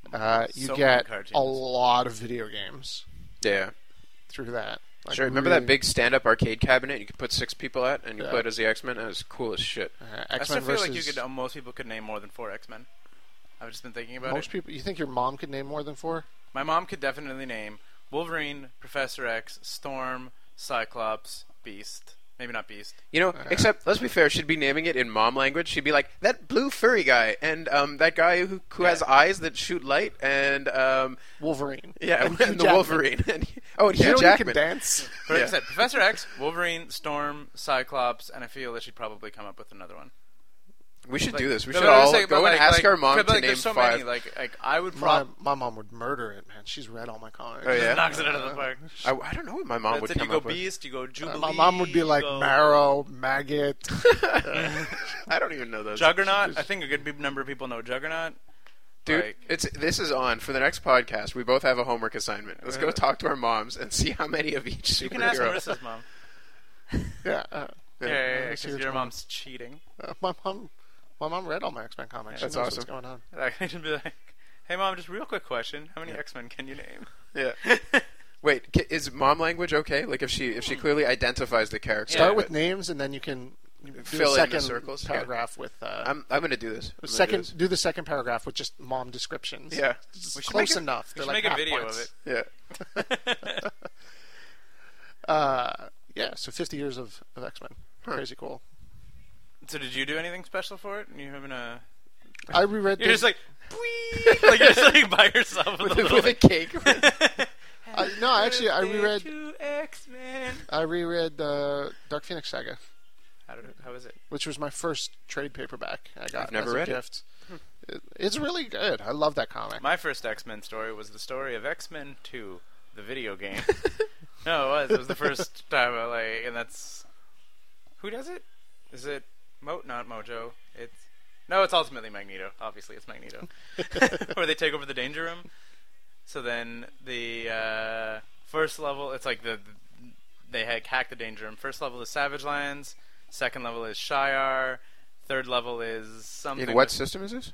Speaker 2: Mm-hmm.
Speaker 3: Uh, you
Speaker 1: So many
Speaker 3: get
Speaker 1: cartoons.
Speaker 3: a lot of video games
Speaker 2: Yeah.
Speaker 3: through that. Like,
Speaker 2: Sure. Remember
Speaker 3: really-
Speaker 2: that big stand-up arcade cabinet you could put six people at, and you
Speaker 3: Yeah.
Speaker 2: played as the X-Men. That was cool as shit.
Speaker 3: uh,
Speaker 1: I
Speaker 3: X
Speaker 1: still
Speaker 3: Men
Speaker 1: feel
Speaker 3: versus
Speaker 1: like you could. uh, most people could name more than four X Men. I've just been thinking about
Speaker 3: most
Speaker 1: it.
Speaker 3: people? You think your mom could name more than four?
Speaker 1: My mom could definitely name Wolverine, Professor X, Storm, Cyclops, Beast. Maybe not Beast.
Speaker 2: You know,
Speaker 3: Uh-huh.
Speaker 2: except let's be fair, she'd be naming it in mom language. She'd be like that blue furry guy, and um, that guy who who has eyes that shoot light, and um,
Speaker 3: Wolverine.
Speaker 2: yeah, and,
Speaker 3: Hugh
Speaker 2: the
Speaker 3: Jackman.
Speaker 2: Wolverine, and oh, and
Speaker 3: You
Speaker 2: Hugh
Speaker 3: know you can
Speaker 2: Jackman.
Speaker 3: dance.
Speaker 1: But like
Speaker 2: Yeah.
Speaker 1: I said, Professor X, Wolverine, Storm, Cyclops, and I feel that she'd probably come up with another one.
Speaker 2: we should
Speaker 1: Like,
Speaker 2: do this. We
Speaker 1: no,
Speaker 2: should
Speaker 1: but I was
Speaker 2: all
Speaker 1: saying,
Speaker 2: go
Speaker 1: but
Speaker 2: and
Speaker 1: like-
Speaker 2: ask
Speaker 1: like-
Speaker 2: our mom
Speaker 1: but
Speaker 2: to
Speaker 1: like,
Speaker 2: name
Speaker 1: there's so
Speaker 2: five.
Speaker 1: Many, like, like I would
Speaker 3: My,
Speaker 1: probably
Speaker 3: my mom would murder it, man. She's read all my comics.
Speaker 2: Oh, yeah?
Speaker 1: knocks it out of the park.
Speaker 2: I, I don't know what my mom
Speaker 1: That's
Speaker 2: would
Speaker 1: it. You
Speaker 2: come
Speaker 1: go
Speaker 2: up with.
Speaker 1: Beast. You go Jubilee.
Speaker 3: uh, My mom would be like
Speaker 1: you go
Speaker 3: marrow, maggot.
Speaker 2: I don't even know those.
Speaker 1: Juggernaut. I think a good number of people know Juggernaut.
Speaker 2: Dude,
Speaker 1: Like-
Speaker 2: it's this is on for the next podcast. We both have a homework assignment. Let's go talk to our moms and see how many of each
Speaker 1: Uh-huh. You
Speaker 2: superhero.
Speaker 1: can ask Marissa's mom.
Speaker 3: yeah, uh,
Speaker 1: Yeah, yeah, yeah.
Speaker 3: I see
Speaker 1: Because
Speaker 3: what
Speaker 1: your
Speaker 3: you mean.
Speaker 1: mom's cheating.
Speaker 3: uh, my mom, my mom read all my X Men comics. She
Speaker 2: That's
Speaker 3: knows
Speaker 2: awesome.
Speaker 3: What's going on?
Speaker 1: Like, I should be like, hey mom, just real quick question: How many X Men can you name?
Speaker 2: Yeah. Wait, ki- is mom language okay? Like if she if
Speaker 1: Hmm.
Speaker 2: she clearly identifies the character.
Speaker 3: Start with names, and then you can do a
Speaker 2: Fill in the
Speaker 3: second
Speaker 2: circles, yeah.
Speaker 3: paragraph with. Uh,
Speaker 2: I'm I'm gonna do this. I'm gonna
Speaker 3: second
Speaker 2: do
Speaker 3: do the second paragraph with just mom descriptions.
Speaker 2: this. Yeah.
Speaker 3: It's
Speaker 1: We should
Speaker 3: close
Speaker 1: make a-
Speaker 3: enough.
Speaker 1: We
Speaker 3: They're
Speaker 1: should
Speaker 3: like
Speaker 1: make a
Speaker 3: half
Speaker 1: video
Speaker 3: points.
Speaker 1: of it.
Speaker 2: Yeah.
Speaker 3: Uh, yeah, so 50 years of, of X Men. Crazy cool.
Speaker 1: So did you do anything special for it? You having a?
Speaker 3: I reread.
Speaker 1: You're
Speaker 3: the-
Speaker 1: just like, "Bwee!" like you're just like by yourself with, a
Speaker 2: With,
Speaker 1: little,
Speaker 2: with a cake.
Speaker 3: I, no, actually, I reread.
Speaker 1: X Men.
Speaker 3: I reread uh, Dark Phoenix Saga,
Speaker 1: How, did it- how is it?
Speaker 3: which was my first trade paperback. I got
Speaker 2: I've never
Speaker 3: as a
Speaker 2: read it.
Speaker 3: gift.
Speaker 1: Hmm.
Speaker 3: It- It's really good. I love that comic.
Speaker 1: My first X Men story was the story of X Men Two, the video game. no, it was. It was the first time I like, and that's who does it? Is it Mo? Not Mojo. It's no, it's ultimately Magneto. Obviously, it's Magneto. Where they take over the Danger Room. So then the uh, first level, it's like the they hack, hack the danger room. First level is Savage Lands. Second level is Shiar. Third level is something.
Speaker 2: In what
Speaker 1: that
Speaker 2: system is this?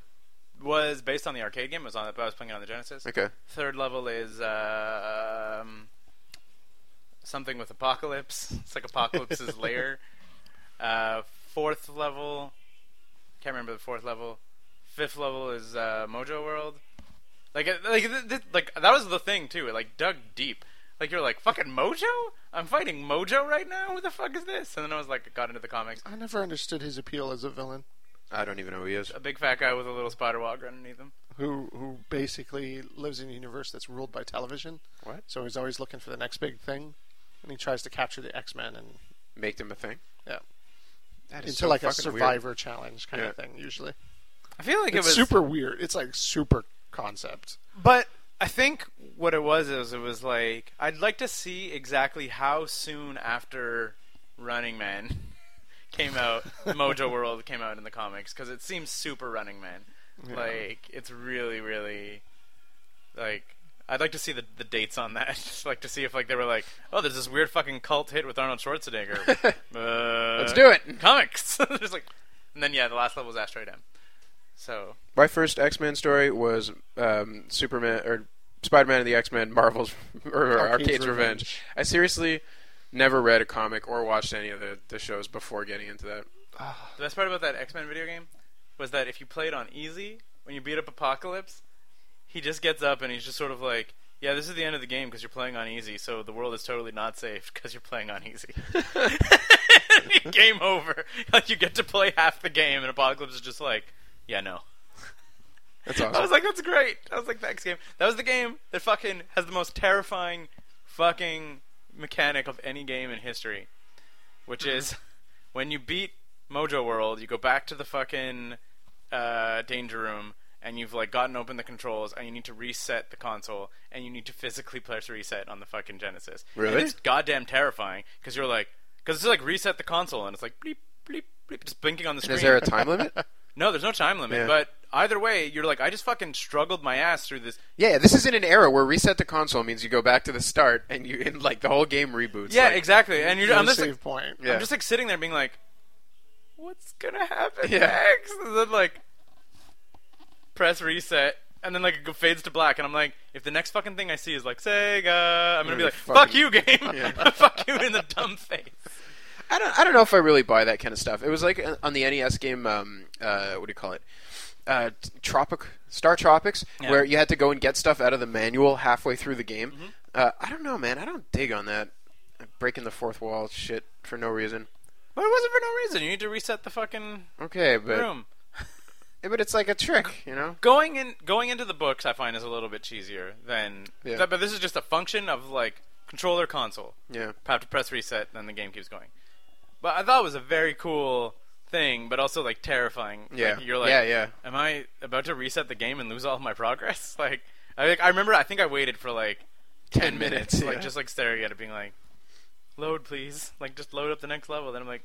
Speaker 1: was based on the arcade game. It was on. I was playing it on the Genesis.
Speaker 2: Okay.
Speaker 1: Third level is uh, um, something with apocalypse. It's like apocalypse's lair. Uh, fourth level, can't remember the fourth level. Fifth level is uh, Mojo World. Like, it- like, th- th- like that was the thing too. It like dug deep. Like you're like fucking Mojo. I'm fighting Mojo right now. Who the fuck is this? And then I was like, got into the comics.
Speaker 3: I never understood his appeal as a villain
Speaker 2: I don't even know who he is.
Speaker 1: A big fat guy with a little spider walker underneath him.
Speaker 3: who who basically lives in a universe that's ruled by television.
Speaker 2: What?
Speaker 3: So he's always looking for the next big thing, and he tries to capture the X Men and
Speaker 2: Make them a thing.
Speaker 3: yeah,
Speaker 2: That
Speaker 3: into
Speaker 2: so
Speaker 3: like a
Speaker 2: fucking weird.
Speaker 3: survivor challenge kind
Speaker 2: Yeah.
Speaker 3: of thing. Usually,
Speaker 1: I feel like
Speaker 3: it's
Speaker 1: it was
Speaker 3: super weird. It's like super concept.
Speaker 1: But I think what it was is it was like I'd like to see exactly how soon after Running Man came out, Mojo World came out in the comics because it seems super Running Man. Like it's really, really like. I'd like to see the, the dates on that. Just like to see if like they were like, oh, there's this weird fucking cult hit with Arnold Schwarzenegger. uh,
Speaker 2: Let's do it.
Speaker 1: Comics. Just like, and then yeah, the last level was Asteroid M. So
Speaker 2: My first X Men story was um, Superman or Spider Man and the X Men, Marvel's or Arcade's,
Speaker 3: Arcade's
Speaker 2: Revenge.
Speaker 3: Revenge.
Speaker 2: I seriously never read a comic or watched any of the, the shows before getting into that.
Speaker 1: The best part about that X Men video game was that if you played on easy, when you beat up Apocalypse, he just gets up and he's just sort of like, "Yeah, this is the end of the game because you're playing on easy, so the world is totally not safe because you're playing on easy." game over. Like you get to play half the game, and Apocalypse is just like, "Yeah, no."
Speaker 2: That's
Speaker 1: I was
Speaker 2: awesome.
Speaker 1: like, "That's great." I was like, "That X game." That was the game that fucking has the most terrifying fucking mechanic of any game in history, which is when you beat Mojo World, you go back to the fucking uh, danger room and you've like gotten open the controls and you need to reset the console and you need to physically press reset on the fucking Genesis. And
Speaker 2: Really?
Speaker 1: it's goddamn terrifying because you're like, because it's like reset the console and it's like bleep bleep bleep, just blinking on the screen.
Speaker 2: is there a time limit?
Speaker 1: No, there's no time limit.
Speaker 2: Yeah.
Speaker 1: But either way, you're like, I just fucking struggled my ass through this.
Speaker 2: yeah, this is in an era where reset to console means you go back to the start and you and like the whole game reboots.
Speaker 1: Yeah,
Speaker 2: like-
Speaker 1: exactly. And you're,
Speaker 3: No
Speaker 1: I'm just
Speaker 3: save
Speaker 1: like,
Speaker 3: point.
Speaker 2: Yeah.
Speaker 1: I'm just like sitting there being like, what's gonna happen
Speaker 2: Yeah.
Speaker 1: next? And then like, press reset. And then like it go- fades to black, and I'm like, if the next fucking thing I see is like Sega, I'm gonna be
Speaker 2: You're
Speaker 1: like,
Speaker 2: fucking-
Speaker 1: fuck you, game, fuck you in the dumb face.
Speaker 2: I don't. I don't know if I really buy that kind of stuff. It was like uh, on the NES game. Um, uh, what do you call it? Uh, t- Tropic Star Tropics,
Speaker 1: Yeah.
Speaker 2: where you had to go and get stuff out of the manual halfway through the game. Uh, I don't know, man. I don't dig on that breaking the fourth wall shit for no reason.
Speaker 1: But it wasn't for no reason. You need to reset the fucking
Speaker 2: Okay, but
Speaker 1: room.
Speaker 2: eh, but it's like a trick, you know.
Speaker 1: going in going into the books I find is a little bit cheesier than
Speaker 2: Yeah.
Speaker 1: th- but this is just a function of like controller console.
Speaker 2: Yeah.
Speaker 1: Have to press reset and then the game keeps going. But I thought it was a very cool thing, but also like terrifying.
Speaker 2: Yeah.
Speaker 1: Like, you're like
Speaker 2: Yeah, yeah.
Speaker 1: Am I about to reset the game and lose all of my progress? Like I like, I remember I think I waited for like ten minutes,
Speaker 2: minutes, yeah.
Speaker 1: like just like staring at it being like Load please. Like just load up the next level. Then I'm like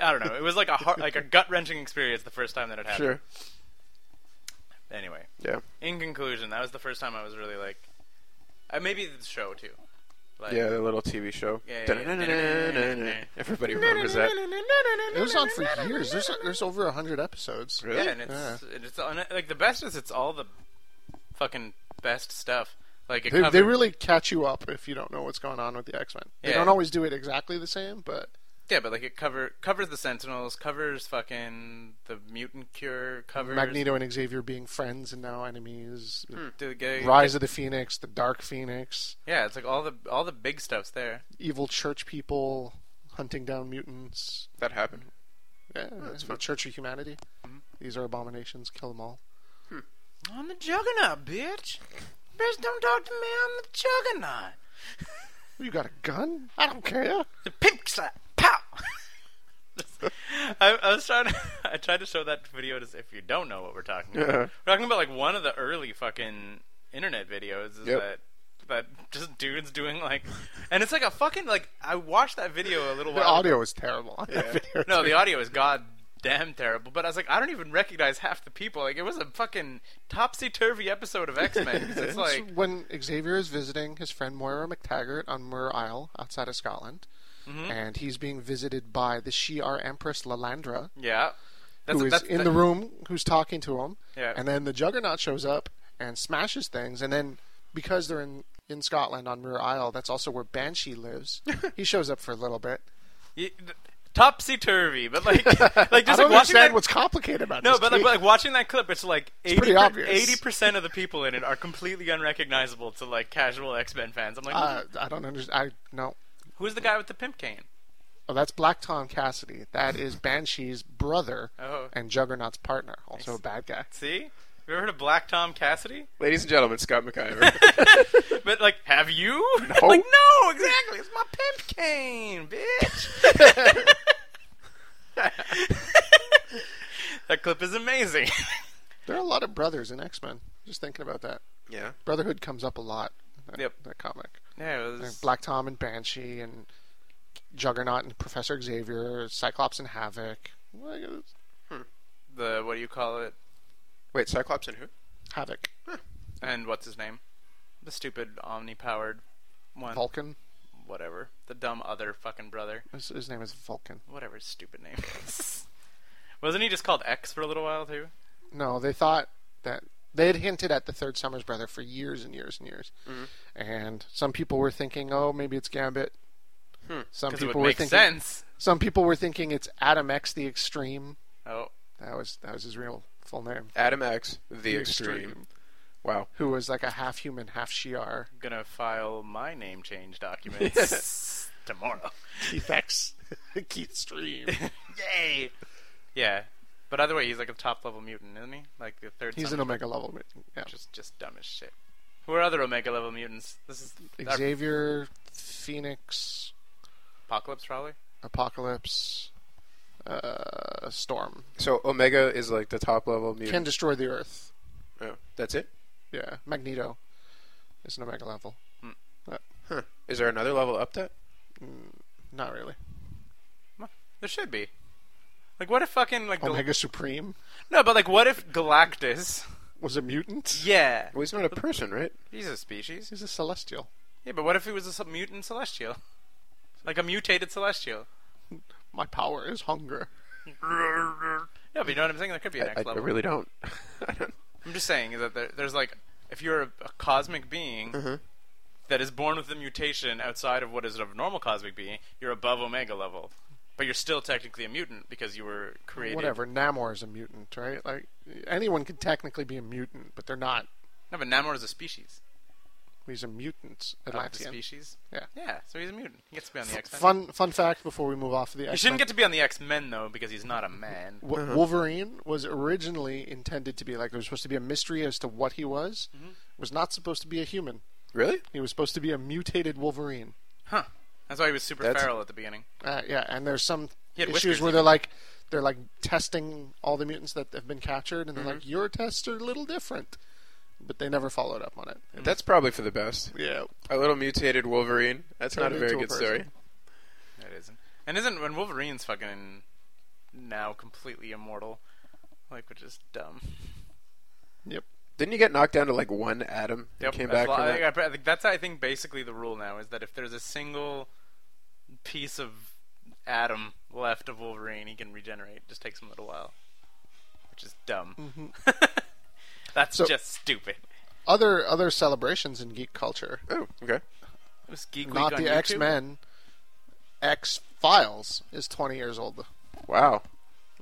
Speaker 1: I don't know. It was like a heart, like a gut wrenching experience the first time that it happened.
Speaker 2: Sure.
Speaker 1: Anyway
Speaker 2: Yeah.
Speaker 1: in conclusion, that was the first time I was really like, uh, maybe the show too. Like,
Speaker 2: Yeah, the little TV show.
Speaker 1: Yeah, yeah, yeah.
Speaker 2: Everybody remembers that.
Speaker 3: It was on for years. There's there's over hundred episodes.
Speaker 2: Really?
Speaker 1: Yeah, and it's and it's on, like the best is it's all the fucking best stuff. Like it
Speaker 3: They,
Speaker 1: covered,
Speaker 3: they really catch you up if you don't know what's going on with the X Men. They
Speaker 1: Yeah.
Speaker 3: don't always do it exactly the same, but
Speaker 1: yeah, but like it cover covers the Sentinels, covers fucking the mutant cure, covers
Speaker 3: Magneto and Xavier being friends and now enemies,
Speaker 1: the gay-
Speaker 3: Rise of the Phoenix, the Dark Phoenix,
Speaker 1: Yeah, it's like all the all the big stuff's there.
Speaker 3: evil church people hunting down mutants.
Speaker 2: That happened.
Speaker 3: Yeah, the Church of Humanity.
Speaker 1: Mm-hmm.
Speaker 3: These are abominations. Kill them all.
Speaker 1: I'm the Juggernaut, bitch. Bitch, don't talk to me. I'm the Juggernaut.
Speaker 3: You got a gun? I don't care.
Speaker 1: The pimp slap. Pow. I, I was trying to. I tried to show that video to. If you don't know what we're talking about,
Speaker 2: Yeah.
Speaker 1: we're talking about like one of the early fucking internet videos. Is
Speaker 2: Yep.
Speaker 1: that that just dudes doing like, and it's like a fucking like. I watched that video a little
Speaker 3: The
Speaker 1: while. ago.
Speaker 3: audio is terrible. on that video.
Speaker 1: No, the audio is god damn terrible. But I was like, I don't even recognize half the people. Like it was a fucking topsy turvy episode of X Men. it's like
Speaker 3: when Xavier is visiting his friend Moira McTaggart on Muir Isle outside of Scotland,
Speaker 1: Mm-hmm.
Speaker 3: and he's being visited by the Shi'ar Empress Lalandra,
Speaker 1: yeah,
Speaker 3: who is in the room, who's talking to him,
Speaker 1: Yeah.
Speaker 3: and then the Juggernaut shows up and smashes things, and then because they're in in Scotland on Muir Isle, that's also where Banshee lives. he shows up for a little bit.
Speaker 1: Topsy turvy, but like, like
Speaker 3: I
Speaker 1: just
Speaker 3: don't
Speaker 1: like watching
Speaker 3: understand
Speaker 1: that.
Speaker 3: what's complicated about
Speaker 1: No,
Speaker 3: this.
Speaker 1: but like,
Speaker 3: Kate.
Speaker 1: but, like watching that clip, it's like
Speaker 3: pretty obvious.
Speaker 1: eighty percent of the people in it are completely unrecognizable to like casual X Men fans. I'm like,
Speaker 3: uh, I don't understand. I no.
Speaker 1: who's the guy with the pimp cane?
Speaker 3: Oh, that's Black Tom Cassidy. That is Banshee's brother
Speaker 1: Oh.
Speaker 3: and Juggernaut's partner, also a bad guy.
Speaker 1: See, have you ever heard of Black Tom Cassidy?
Speaker 2: Ladies and gentlemen, Scott McIver.
Speaker 1: But like, have you? like, no, exactly. It's my pimp cane, bitch. that clip is amazing.
Speaker 3: There are a lot of brothers in X Men. Just thinking about that,
Speaker 2: yeah.
Speaker 3: Brotherhood comes up a lot. in That,
Speaker 1: Yep.
Speaker 3: That comic.
Speaker 1: yeah, it was,
Speaker 3: Black Tom and Banshee and Juggernaut and Professor Xavier, Cyclops and Havoc. Like, uh,
Speaker 1: the what do you call it?
Speaker 2: Wait, Cyclops and who?
Speaker 3: Havoc,
Speaker 1: And what's his name? The stupid omni-powered one.
Speaker 3: Vulcan.
Speaker 1: Whatever. The dumb other fucking brother.
Speaker 3: His, his name is Vulcan.
Speaker 1: Whatever his stupid name is. Wasn't he just called X for a little while too?
Speaker 3: No, they thought that they had hinted at the third Summers brother for years and years and years, and some people were thinking, oh, maybe it's Gambit.
Speaker 1: Because
Speaker 3: Some
Speaker 1: it
Speaker 3: people
Speaker 1: would
Speaker 3: were
Speaker 1: make
Speaker 3: thinking.
Speaker 1: sense.
Speaker 3: Some people were thinking it's Adam X the Extreme.
Speaker 1: Oh,
Speaker 3: That was that was his real full name.
Speaker 2: Adam X, the
Speaker 3: Extreme.
Speaker 2: extreme. Wow.
Speaker 3: Who was like a half human, half Shi'ar.
Speaker 1: I'm gonna file my name change documents tomorrow.
Speaker 3: Keith X, Keith Stream.
Speaker 1: Yay! Yeah, but either way, he's like a top level mutant, isn't he? Like the third.
Speaker 3: He's
Speaker 1: son
Speaker 3: an
Speaker 1: of-
Speaker 3: Omega level. Yeah.
Speaker 1: Just, just dumb as shit. Who are other Omega level mutants? This is our
Speaker 3: Xavier, Phoenix,
Speaker 1: Apocalypse, probably.
Speaker 3: Apocalypse, uh, Storm
Speaker 2: So Omega is like the top level
Speaker 3: can
Speaker 2: mutant.
Speaker 3: destroy the Earth.
Speaker 2: oh, that's it.
Speaker 3: Yeah, Magneto is an Omega level.
Speaker 2: Huh. Is there another level up that?
Speaker 3: Not really.
Speaker 1: There should be. Like, what if fucking like Gal-
Speaker 3: Omega Supreme
Speaker 1: no, but like, what if Galactus?
Speaker 3: was a mutant.
Speaker 1: Yeah,
Speaker 2: Well, he's not a person, right?
Speaker 1: he's a species.
Speaker 3: He's a Celestial.
Speaker 1: Yeah, but what if he was a sub- mutant celestial? Like a mutated celestial.
Speaker 3: My power is hunger.
Speaker 1: Yeah, but you know what I'm saying? There could be a
Speaker 2: I,
Speaker 1: next
Speaker 2: I
Speaker 1: level.
Speaker 2: really don't. I don't.
Speaker 1: I'm just saying that there, there's like, if you're a, a cosmic being that is born with the mutation outside of what is a normal cosmic being, you're above Omega level. But you're still technically a mutant because you were created.
Speaker 3: Whatever. Namor is a mutant, right? Like anyone could technically be a mutant, but they're not.
Speaker 1: No, but Namor is a species.
Speaker 3: He's a mutant.
Speaker 1: Of the
Speaker 3: Atlantean.
Speaker 1: species.
Speaker 3: Yeah.
Speaker 1: Yeah, so he's a mutant. He gets to be on the X Men.
Speaker 3: Fun fun fact before we move off of the
Speaker 1: He
Speaker 3: X
Speaker 1: shouldn't get to be on the X Men though because he's not a man.
Speaker 3: Wolverine was originally intended to be like there was supposed to be a mystery as to what he was. Was not supposed to be a human.
Speaker 2: Really?
Speaker 3: He was supposed to be a mutated Wolverine.
Speaker 1: Huh. That's why he was super
Speaker 2: That's-
Speaker 1: feral at the beginning.
Speaker 3: Uh, yeah, and there's some
Speaker 1: He had
Speaker 3: issues
Speaker 1: whiskers,
Speaker 3: where
Speaker 1: didn't
Speaker 3: they're like they're like testing all the mutants that have been captured, and they're
Speaker 1: Mm-hmm.
Speaker 3: like your tests are a little different, but they never followed up on it.
Speaker 2: That's probably for the best.
Speaker 3: Yeah,
Speaker 2: A little mutated Wolverine. That's
Speaker 3: Turned
Speaker 2: not a very
Speaker 3: into a
Speaker 2: good story.
Speaker 3: person.
Speaker 1: It isn't. And isn't when Wolverine's fucking now completely immortal, like which is dumb.
Speaker 3: yep.
Speaker 2: Didn't you get knocked down to like one atom? and
Speaker 1: Yep,
Speaker 2: Came
Speaker 1: that's
Speaker 2: back
Speaker 1: why-
Speaker 2: from
Speaker 1: I,
Speaker 2: that?
Speaker 1: think- I think that's I think basically the rule now is that if there's a single piece of atom left of Wolverine, he can regenerate. It just takes him a little while, which is dumb.
Speaker 2: Mm-hmm.
Speaker 1: that's
Speaker 3: So-
Speaker 1: just stupid.
Speaker 3: Other other celebrations in geek culture,
Speaker 2: Oh, okay.
Speaker 1: It was Geek Week
Speaker 3: not
Speaker 1: on
Speaker 3: the
Speaker 1: YouTube.
Speaker 3: X Men. X Files is 20 years old.
Speaker 2: Wow.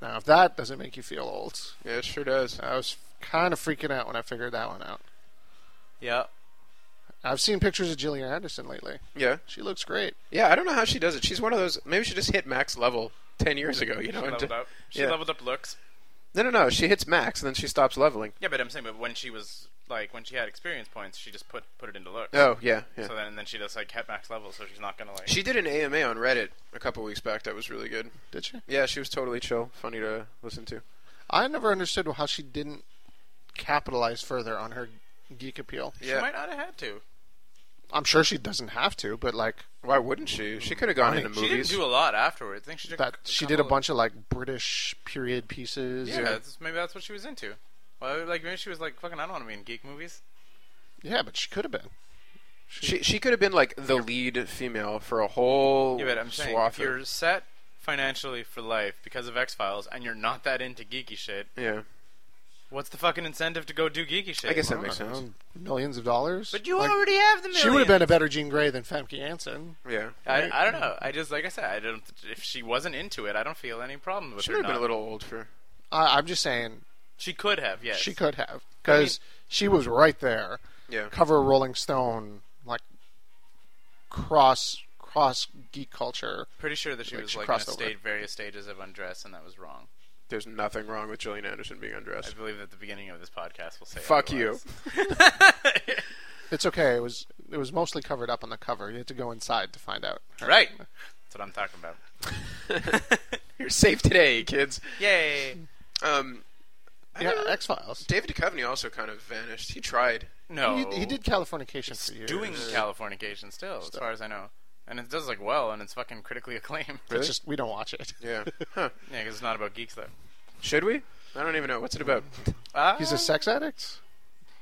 Speaker 3: Now, if that doesn't make you feel old,
Speaker 2: Yeah, it sure does.
Speaker 3: I was kind of freaking out when I figured that one out.
Speaker 1: Yeah,
Speaker 3: I've seen pictures of Gillian Anderson lately.
Speaker 2: Yeah.
Speaker 3: She looks great.
Speaker 2: Yeah, I don't know how she does it. She's one of those. Maybe she just hit max level ten years ago. You know.
Speaker 1: she
Speaker 2: and
Speaker 1: leveled
Speaker 2: ju-
Speaker 1: up. She
Speaker 2: yeah.
Speaker 1: leveled up looks.
Speaker 2: No, no, no. She hits max and then she stops leveling.
Speaker 1: Yeah, but I'm saying, but when she was like when she had experience points, she just put put it into looks.
Speaker 2: Oh, yeah, yeah.
Speaker 1: So then, and then she just like kept max level, so she's not gonna like.
Speaker 2: She did an AMA on Reddit a couple weeks back. That was really good.
Speaker 3: Did she?
Speaker 2: Yeah, she was totally chill, funny to listen to.
Speaker 3: I never understood how she didn't capitalize further on her geek appeal.
Speaker 1: She
Speaker 2: yeah.
Speaker 1: might not have had to.
Speaker 3: I'm sure she doesn't have to, but like
Speaker 2: Why wouldn't she? She could have gone
Speaker 3: Funny.
Speaker 2: into
Speaker 1: She didn't
Speaker 2: movies.
Speaker 1: do a lot afterwards. I think she did.
Speaker 3: that,
Speaker 1: c-
Speaker 3: she did a
Speaker 1: couple of-
Speaker 3: bunch of like British period pieces.
Speaker 1: Yeah,
Speaker 3: or-
Speaker 1: that's, maybe that's what she was into. Well, like maybe she was like, "Fucking, I don't want to be in geek movies."
Speaker 3: yeah, but she could have been.
Speaker 2: she she could have been like the lead female for a whole
Speaker 1: Yeah, but I'm saying
Speaker 2: swath
Speaker 1: if
Speaker 2: of-
Speaker 1: you're set financially for life because of X Files and you're not that into geeky shit,
Speaker 2: yeah.
Speaker 1: what's the fucking incentive to go do geeky shit?
Speaker 2: I guess that
Speaker 3: I
Speaker 2: makes
Speaker 3: don't
Speaker 2: sense.
Speaker 3: know, millions of dollars.
Speaker 1: But you
Speaker 3: Like,
Speaker 1: already have the million.
Speaker 3: She would have been a better Jean Grey than Famke Janssen.
Speaker 2: Yeah,
Speaker 1: I, I don't know. I just like I said, I don't. If she wasn't into it, I don't feel any problem with
Speaker 2: she
Speaker 1: her.
Speaker 2: might have been
Speaker 1: not.
Speaker 2: a little old for.
Speaker 3: I, I'm just saying
Speaker 1: She could have. Yes.
Speaker 3: she could have because she was right there.
Speaker 2: Yeah,
Speaker 3: Cover Rolling Stone, like cross cross geek culture.
Speaker 1: Pretty sure that she
Speaker 3: Like,
Speaker 1: was
Speaker 3: she
Speaker 1: like in
Speaker 3: crossed
Speaker 1: a
Speaker 3: over.
Speaker 1: state, various stages of undress, and that was wrong.
Speaker 2: there's nothing wrong with Gillian Anderson being undressed.
Speaker 1: I believe at the beginning of this podcast we'll say.
Speaker 2: Fuck
Speaker 1: otherwise.
Speaker 3: It's okay. It was it was mostly covered up on the cover. You had to go inside to find out.
Speaker 1: right. That's what I'm talking about.
Speaker 2: You're safe today, kids.
Speaker 1: Yay.
Speaker 2: Um, I
Speaker 3: Yeah,
Speaker 2: don't know.
Speaker 3: X Files.
Speaker 2: David Duchovny also kind of vanished. He tried.
Speaker 1: No.
Speaker 3: He, he did Californication
Speaker 1: It's
Speaker 3: for years.
Speaker 1: doing Californication still, as
Speaker 3: Still.
Speaker 1: far as I know, and it does like well, and it's fucking critically acclaimed.
Speaker 3: It's just we don't watch it.
Speaker 2: Yeah. Huh.
Speaker 1: Yeah, 'cause it's not about geeks though.
Speaker 2: Should we? I don't even know. What's it about?
Speaker 1: Uh,
Speaker 3: He's a sex addict.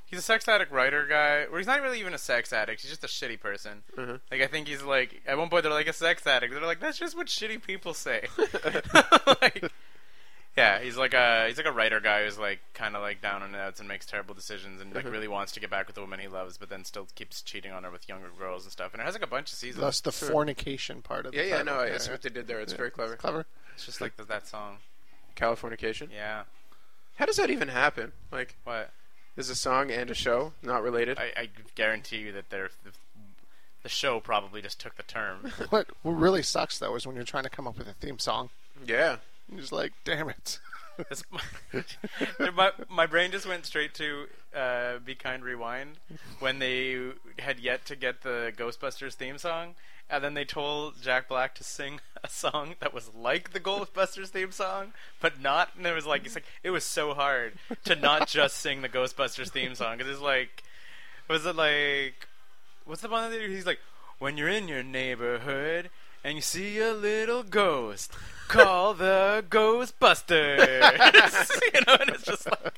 Speaker 1: he's a sex addict writer guy. Well, he's not really even a sex addict. He's just a shitty person.
Speaker 2: Mhm.
Speaker 1: Like I think he's like at one point they're like a sex addict. They're like that's just what shitty people say. like, yeah, he's like a he's like a writer guy who's like kind of like down on the outs and makes terrible decisions and like
Speaker 2: Mhm.
Speaker 1: really wants to get back with the woman he loves, but then still keeps cheating on her with younger girls and stuff. And it has like a bunch of seasons.
Speaker 3: That's the
Speaker 2: Sure.
Speaker 3: fornication part of the
Speaker 2: Yeah, yeah.
Speaker 3: title.
Speaker 2: No, I see what they did there. It's very clever.
Speaker 3: Clever.
Speaker 1: It's just like th- that song.
Speaker 2: Californication.
Speaker 1: Yeah.
Speaker 2: How does that even happen? Like,
Speaker 1: What?
Speaker 2: is a song and a show not related?
Speaker 1: I, I guarantee you that they're. The, the show probably just took the term.
Speaker 3: What what really sucks though is when you're trying to come up with a theme song.
Speaker 2: yeah.
Speaker 3: You're just like, damn it.
Speaker 1: This- my, my brain just went straight to uh, Be Kind Rewind when they had yet to get the Ghostbusters theme song. And then they told Jack Black to sing a song that was like the Ghostbusters theme song, but not. And it was like, it's like it was so hard to not just sing the Ghostbusters theme song because it's like, was it like, what's the one that he's like, when you're in your neighborhood and you see a little ghost, call the Ghostbusters. you know, and it's just like,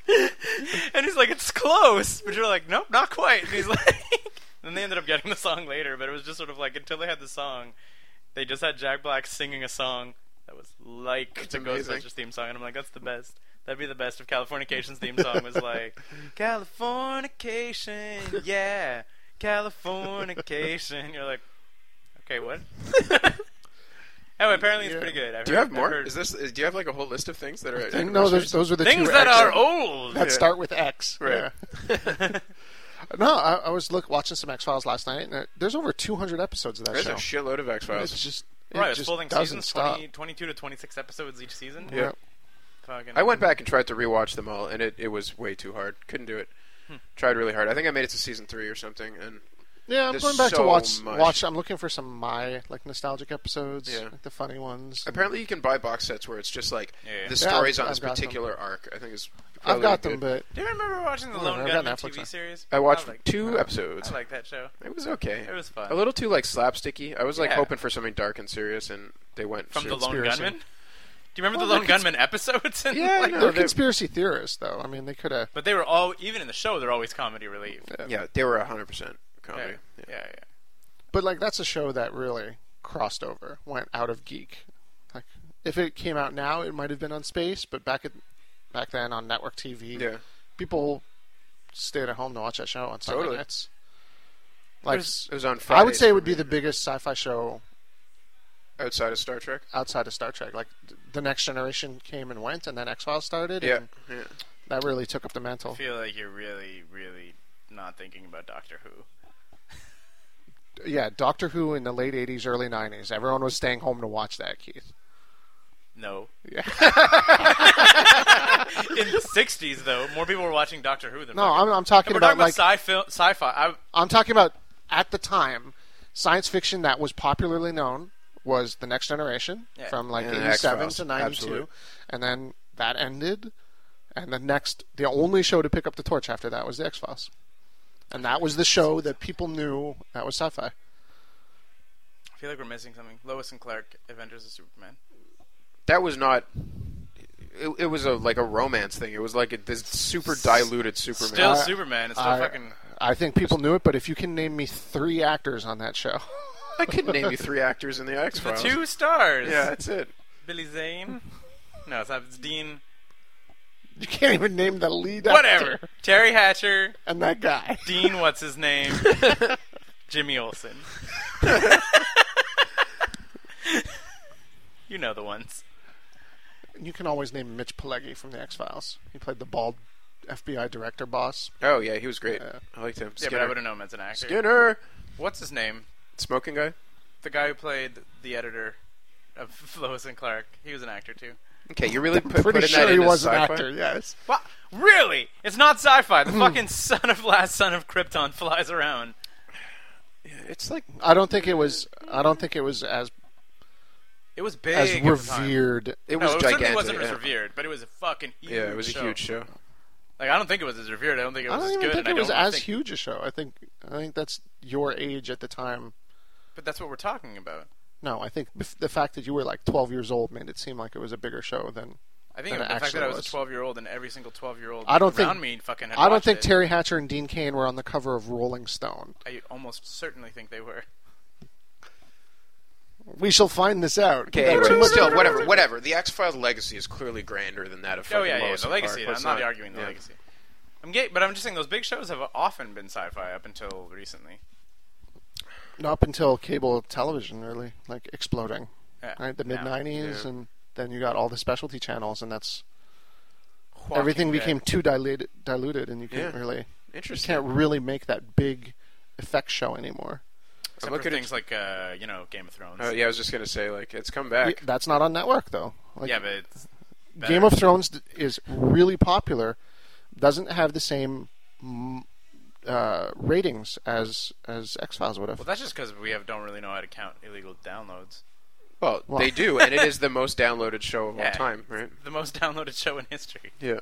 Speaker 1: and he's like, it's close, but you're like, nope, not quite. And he's like, and they ended up getting the song later, but it was just sort of like until they had the song, they just had Jack Black singing a song that was like the
Speaker 2: amazing.
Speaker 1: Ghostbusters theme song, and I'm like, that's the best. That'd be the best if Californication's theme song was like Californication, yeah, Californication. You're like, okay, what? anyway, apparently it's
Speaker 3: Yeah.
Speaker 1: pretty good. I've
Speaker 2: Do you
Speaker 1: heard-
Speaker 2: have
Speaker 1: I've
Speaker 2: more?
Speaker 1: heard
Speaker 2: Is this? Do you have like a whole list of things that are?
Speaker 3: no, those those were the
Speaker 1: things
Speaker 3: two
Speaker 1: that
Speaker 3: X-
Speaker 1: are old?
Speaker 3: that
Speaker 2: Yeah.
Speaker 3: start with X.
Speaker 2: Right.
Speaker 3: Yeah. no, I, I was look watching some X Files last night, and uh, there's over 200 episodes of that
Speaker 2: There's a
Speaker 3: show.
Speaker 2: shitload of X
Speaker 3: it's
Speaker 2: Files.
Speaker 3: just it
Speaker 1: right, it's
Speaker 3: just
Speaker 1: folding
Speaker 3: doesn't
Speaker 1: seasons,
Speaker 3: stop.
Speaker 1: 20, 22 to 26 episodes each season.
Speaker 2: Yeah.
Speaker 1: Fucking-
Speaker 2: I went back and tried to rewatch them all, and it, it was way too hard. Couldn't do it.
Speaker 3: Hmm.
Speaker 2: Tried really hard. I think I made it to season three or something, and
Speaker 3: Yeah, I'm
Speaker 2: There's
Speaker 3: going back
Speaker 2: so
Speaker 3: to watch
Speaker 2: much.
Speaker 3: watch. I'm looking for some of my like nostalgic episodes,
Speaker 2: Yeah.
Speaker 3: like the funny ones.
Speaker 2: Apparently, you can buy box sets where it's just like
Speaker 1: Yeah, yeah.
Speaker 2: the
Speaker 3: Yeah,
Speaker 2: stories
Speaker 3: I've-
Speaker 2: on this
Speaker 3: I've got them.
Speaker 2: particular arc. I think is.
Speaker 3: I've
Speaker 2: probably
Speaker 3: got
Speaker 2: good.
Speaker 3: them, but
Speaker 1: Do you remember watching the
Speaker 3: Oh,
Speaker 1: Lone
Speaker 3: I've got
Speaker 1: Gunman
Speaker 3: Netflix
Speaker 1: TV
Speaker 3: now.
Speaker 1: series?
Speaker 2: I watched
Speaker 1: like,
Speaker 2: two
Speaker 1: I
Speaker 2: episodes.
Speaker 1: like that show.
Speaker 2: it was okay.
Speaker 1: It was fun.
Speaker 2: A little too like slapsticky. I was like
Speaker 1: Yeah.
Speaker 2: hoping for something dark and serious, and they went
Speaker 1: From the
Speaker 2: serious.
Speaker 1: Lone
Speaker 3: conspiracy.
Speaker 1: Gunman. Do you remember
Speaker 2: Well,
Speaker 1: the Lone
Speaker 2: they're cons-
Speaker 1: Gunman episodes? And,
Speaker 2: Yeah, I
Speaker 1: like-
Speaker 2: know.
Speaker 3: they're
Speaker 2: they-
Speaker 3: conspiracy theorists, though. I mean, they could have.
Speaker 1: But they were all even in the show. They're always comedy relief.
Speaker 2: Yeah, they were hundred percent
Speaker 1: Yeah,
Speaker 2: comedy.
Speaker 1: yeah,
Speaker 2: Yeah.
Speaker 1: yeah.
Speaker 3: But like, that's a show that really crossed over, went out of geek. Like, if it came out now, it might have been on space, but back at back then on network TV,
Speaker 2: Yeah.
Speaker 3: people stayed at home to watch that show on Sunday
Speaker 2: Totally.
Speaker 3: nights. Like,
Speaker 2: It was on. Fridays
Speaker 3: I would say it would
Speaker 2: for
Speaker 3: be
Speaker 2: me,
Speaker 3: the biggest sci-fi show
Speaker 2: outside of Star Trek.
Speaker 3: outside of Star Trek. Like, th- the Next Generation came and went, and then X Files started,
Speaker 2: Yeah,
Speaker 3: and
Speaker 2: yeah.
Speaker 3: that really took up the mantle.
Speaker 1: I feel like you're really, really not thinking about Doctor Who.
Speaker 3: Yeah, Doctor Who in the late '80s, early '90s, everyone was staying home to watch that. Keith.
Speaker 1: No.
Speaker 3: Yeah.
Speaker 1: In the '60s, though, more people were watching Doctor Who than
Speaker 3: No,
Speaker 1: fucking-
Speaker 3: I'm, I'm talking
Speaker 1: we're
Speaker 3: about
Speaker 1: talking
Speaker 3: like
Speaker 1: about sci-fi. sci-fi. I,
Speaker 3: I'm talking about at the time, science fiction that was popularly known was the Next Generation
Speaker 1: Yeah.
Speaker 3: from like
Speaker 2: And the
Speaker 3: '87
Speaker 2: X-Files,
Speaker 3: to '92,
Speaker 2: absolutely.
Speaker 3: and then that ended, and the next, the only show to pick up the torch after that was the X Files. And that was the show that people knew that was sci-fi.
Speaker 1: I feel like we're missing something. Lois and Clark, Avengers of Superman.
Speaker 2: That was not. It, it was a like a romance thing. It was like a, this super diluted Superman.
Speaker 1: Still
Speaker 3: I-
Speaker 1: Superman. It's still
Speaker 3: I,
Speaker 1: fucking.
Speaker 3: I think people knew it, but if you can name me three actors on that show,
Speaker 2: I could name you three actors in the X Files.
Speaker 1: Two stars.
Speaker 2: Yeah, that's it.
Speaker 1: Billy Zane. No, it's, not, it's Dean.
Speaker 3: you can't even name the lead
Speaker 1: Whatever.
Speaker 3: actor
Speaker 1: Terry Hatcher.
Speaker 3: and that guy.
Speaker 1: Dean. What's his name? Jimmy Olsen. you know the ones.
Speaker 3: You can always name Mitch Pileggi from the X Files. He played the bald FBI director boss.
Speaker 2: Oh yeah, he was great.
Speaker 3: Yeah.
Speaker 2: I liked him.
Speaker 1: Yeah,
Speaker 2: Skinner.
Speaker 1: but I would have known him as an actor.
Speaker 2: Skinner,
Speaker 1: What's his name?
Speaker 2: smoking guy.
Speaker 1: The guy who played the editor of Lois and Clark. He was an actor too.
Speaker 2: Okay, you really put,
Speaker 3: Pretty
Speaker 2: putting
Speaker 3: sure
Speaker 2: that
Speaker 3: he
Speaker 2: in as
Speaker 3: was an
Speaker 2: sci-fi?
Speaker 3: actor. Yes.
Speaker 1: What? Really? It's not sci-fi. The fucking son of last son of Krypton flies around.
Speaker 2: It's like
Speaker 3: I don't think it was. I don't think it was as
Speaker 1: It was big.
Speaker 3: as
Speaker 1: at the time.
Speaker 3: revered.
Speaker 1: No,
Speaker 2: it was
Speaker 1: it
Speaker 2: gigantic.
Speaker 1: certainly wasn't as
Speaker 2: yeah.
Speaker 1: revered, but it was a fucking huge
Speaker 2: Yeah, it was
Speaker 1: show.
Speaker 2: a huge show.
Speaker 1: Like I don't think it was as revered. I don't think it
Speaker 3: I
Speaker 1: was as
Speaker 3: don't even
Speaker 1: good.
Speaker 3: think
Speaker 1: and
Speaker 3: it was
Speaker 1: I don't
Speaker 3: as
Speaker 1: think,
Speaker 3: huge a show. I think I think that's your age at the time.
Speaker 1: But that's what we're talking about.
Speaker 3: No, I think bef- the fact that you were like 12 years old made it seem like it was a bigger show than.
Speaker 1: I think the
Speaker 3: Than
Speaker 1: fact
Speaker 3: it
Speaker 1: that
Speaker 3: actually
Speaker 1: I was,
Speaker 3: was.
Speaker 1: a 12 year old and every single 12 year old
Speaker 3: I don't
Speaker 1: around
Speaker 3: think-
Speaker 1: me fucking. Had
Speaker 3: I don't
Speaker 1: watched
Speaker 3: think
Speaker 1: it.
Speaker 3: Terry Hatcher and Dean Kane were on the cover of Rolling Stone.
Speaker 1: I almost certainly think they were.
Speaker 3: We shall find this out.
Speaker 2: Okay, anyway, still, whatever, whatever. The X Files legacy is clearly grander than that of
Speaker 1: Oh
Speaker 2: fucking
Speaker 1: yeah, yeah.
Speaker 2: Lois
Speaker 1: The
Speaker 2: and
Speaker 1: legacy.
Speaker 2: Clark.
Speaker 1: I'm
Speaker 2: Let's
Speaker 1: not arguing the
Speaker 2: yeah.
Speaker 1: legacy. I'm gay, but I'm just saying those big shows have often been sci-fi up until recently.
Speaker 3: Up until cable television, really, like exploding.
Speaker 1: Yeah.
Speaker 3: Right, the mid
Speaker 1: Now,
Speaker 3: 90s,
Speaker 2: yeah.
Speaker 3: and then you got all the specialty channels, and that's
Speaker 1: Walking
Speaker 3: everything
Speaker 1: Dead.
Speaker 3: became too dilated, diluted, and you can't
Speaker 2: Yeah.
Speaker 3: really, you
Speaker 2: Interesting.
Speaker 3: can't really make that big effect show anymore.
Speaker 1: Except
Speaker 2: I'm
Speaker 1: for
Speaker 2: looking at-
Speaker 1: things like uh, you know Game of Thrones.
Speaker 2: Oh, yeah, I was just gonna say like it's come back.
Speaker 3: Y- That's not on network though. Like,
Speaker 1: Yeah, but it's better.
Speaker 3: Game of Thrones d- is really popular, doesn't have the same mm, uh, ratings as as X Files would have.
Speaker 1: Well, that's just because we have don't really know how to count illegal downloads.
Speaker 2: Well,
Speaker 3: Well-
Speaker 2: they do, and it is the most downloaded show of
Speaker 1: Yeah.
Speaker 2: all time, right?
Speaker 1: The most downloaded show in history,
Speaker 2: Yeah.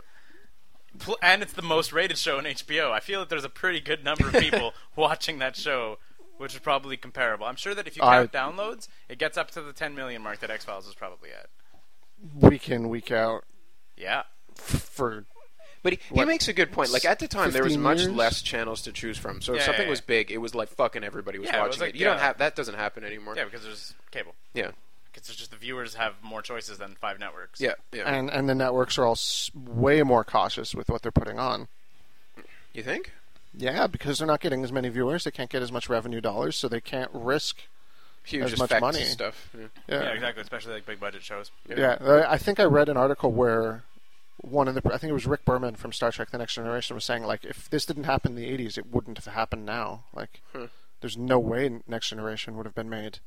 Speaker 1: Pl- and it's the most rated show in HBO. I feel that there's a pretty good number of people watching that show, which is probably comparable. I'm sure that if you
Speaker 3: I-
Speaker 1: count downloads, it gets up to the 10 million mark that X Files is probably at.
Speaker 3: Week in, week out
Speaker 1: Yeah,
Speaker 3: f- for
Speaker 2: But he, he
Speaker 3: What,
Speaker 2: makes a good point. Like at the time, there was
Speaker 3: 15
Speaker 2: much
Speaker 3: years?
Speaker 2: less channels to choose from. So if
Speaker 1: Yeah,
Speaker 2: something
Speaker 1: yeah,
Speaker 2: was
Speaker 1: yeah.
Speaker 2: big, it was like fucking everybody was
Speaker 1: Yeah, it
Speaker 2: watching
Speaker 1: was
Speaker 2: it.
Speaker 1: like,
Speaker 2: you don't
Speaker 1: yeah.
Speaker 2: have that doesn't happen anymore.
Speaker 1: yeah, because there's cable.
Speaker 2: yeah,
Speaker 1: Because there's just the viewers have more choices than five networks.
Speaker 2: yeah. yeah.
Speaker 3: and and the networks are all s- way more cautious with what they're putting on.
Speaker 2: you think?
Speaker 3: Yeah, because they're not getting as many viewers, they can't get as much revenue dollars, so they can't risk.
Speaker 2: Huge
Speaker 3: As much
Speaker 2: effects
Speaker 3: money.
Speaker 2: and stuff. Yeah.
Speaker 3: Yeah,
Speaker 1: Yeah, exactly. Especially like big budget shows.
Speaker 3: Yeah, I- I think I read an article where one of the I think it was Rick Berman from Star Trek: The Next Generation was saying like if this didn't happen in the '80s, it wouldn't have happened now. Like, there's no way Next Generation would have been made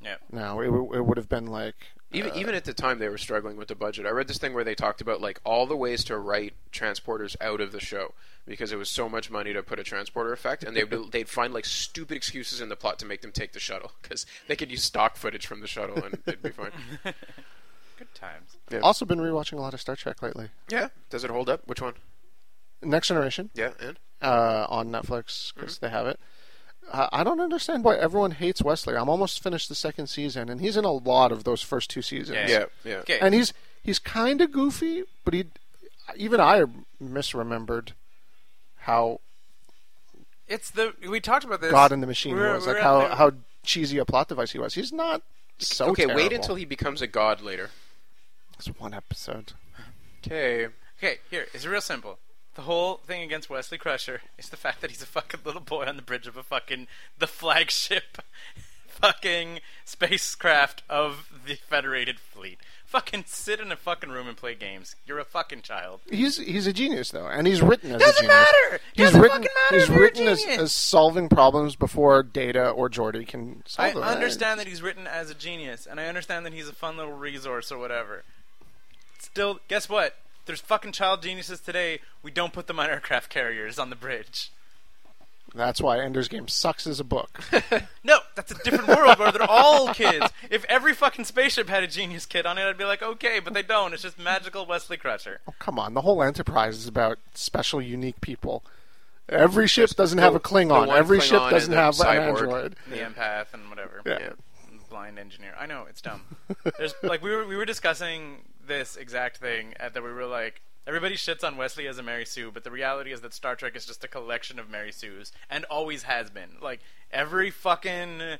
Speaker 1: Yeah.
Speaker 3: now. It w- it would have been like
Speaker 2: Even even at the time, they were struggling with the budget. I read this thing where they talked about like all the ways to write transporters out of the show because it was so much money to put a transporter effect, and they would, they'd find like stupid excuses in the plot to make them take the shuttle because they could use stock footage from the shuttle and it'd be fine.
Speaker 1: Good times.
Speaker 3: also been rewatching a lot of Star Trek lately.
Speaker 2: yeah, does it hold up? Which one?
Speaker 3: Next Generation
Speaker 2: Yeah, and
Speaker 3: uh, on Netflix because
Speaker 1: Mm-hmm.
Speaker 3: they have it. Uh, I don't understand why everyone hates Wesley. I'm almost finished the second season, and he's in a lot of those first two seasons.
Speaker 2: yeah, yeah.
Speaker 1: Okay.
Speaker 3: and he's he's kind of goofy, but he even I misremembered how
Speaker 1: It's the we talked about this.
Speaker 3: God in the Machine
Speaker 1: We're-
Speaker 3: was
Speaker 1: we're
Speaker 3: like
Speaker 1: at
Speaker 3: how
Speaker 1: the-
Speaker 3: how cheesy a plot device he was. He's not so
Speaker 2: okay, wait
Speaker 3: terrible.
Speaker 2: until he becomes a god later.
Speaker 3: it's one episode.
Speaker 2: Okay.
Speaker 1: Okay, here it's real simple. The whole thing against Wesley Crusher is the fact that he's a fucking little boy on the bridge of a fucking the flagship fucking spacecraft of the Federated Fleet. Fucking sit in a fucking room and play games. You're a fucking child.
Speaker 3: He's he's a genius though, and he's written as
Speaker 1: Doesn't
Speaker 3: a genius.
Speaker 1: matter!
Speaker 3: He's
Speaker 1: Doesn't
Speaker 3: written.
Speaker 1: fucking matter
Speaker 3: he's
Speaker 1: if you're a
Speaker 3: written as,
Speaker 1: genius!
Speaker 3: as solving problems before Data or Jordy can solve
Speaker 1: I
Speaker 3: them.
Speaker 1: understand that he's written as a genius, and I understand that he's a fun little resource or whatever. Still, guess what? There's fucking child geniuses today. We don't put them on aircraft carriers on the bridge.
Speaker 3: That's why Ender's Game sucks as a book.
Speaker 4: Oh,
Speaker 1: No, that's a different world where they're all kids. If every fucking spaceship had a genius kid on it, I'd be like, okay, but they don't. It's just magical Wesley Crusher.
Speaker 3: Come on, the whole enterprise is about special, unique people.
Speaker 4: Every ship doesn't have a Klingon.
Speaker 2: one
Speaker 4: Every ship
Speaker 2: Klingon and
Speaker 4: doesn't
Speaker 2: the
Speaker 4: have an
Speaker 2: cyborg.
Speaker 4: android.
Speaker 1: the empath and whatever.
Speaker 4: Yeah.
Speaker 2: Yeah.
Speaker 1: Blind engineer. I know it's dumb. There's like we were we were discussing this exact thing at that we were like everybody shits on Wesley as a Mary Sue, but the reality is that Star Trek is just a collection of Mary Sues and always has been. Like every fucking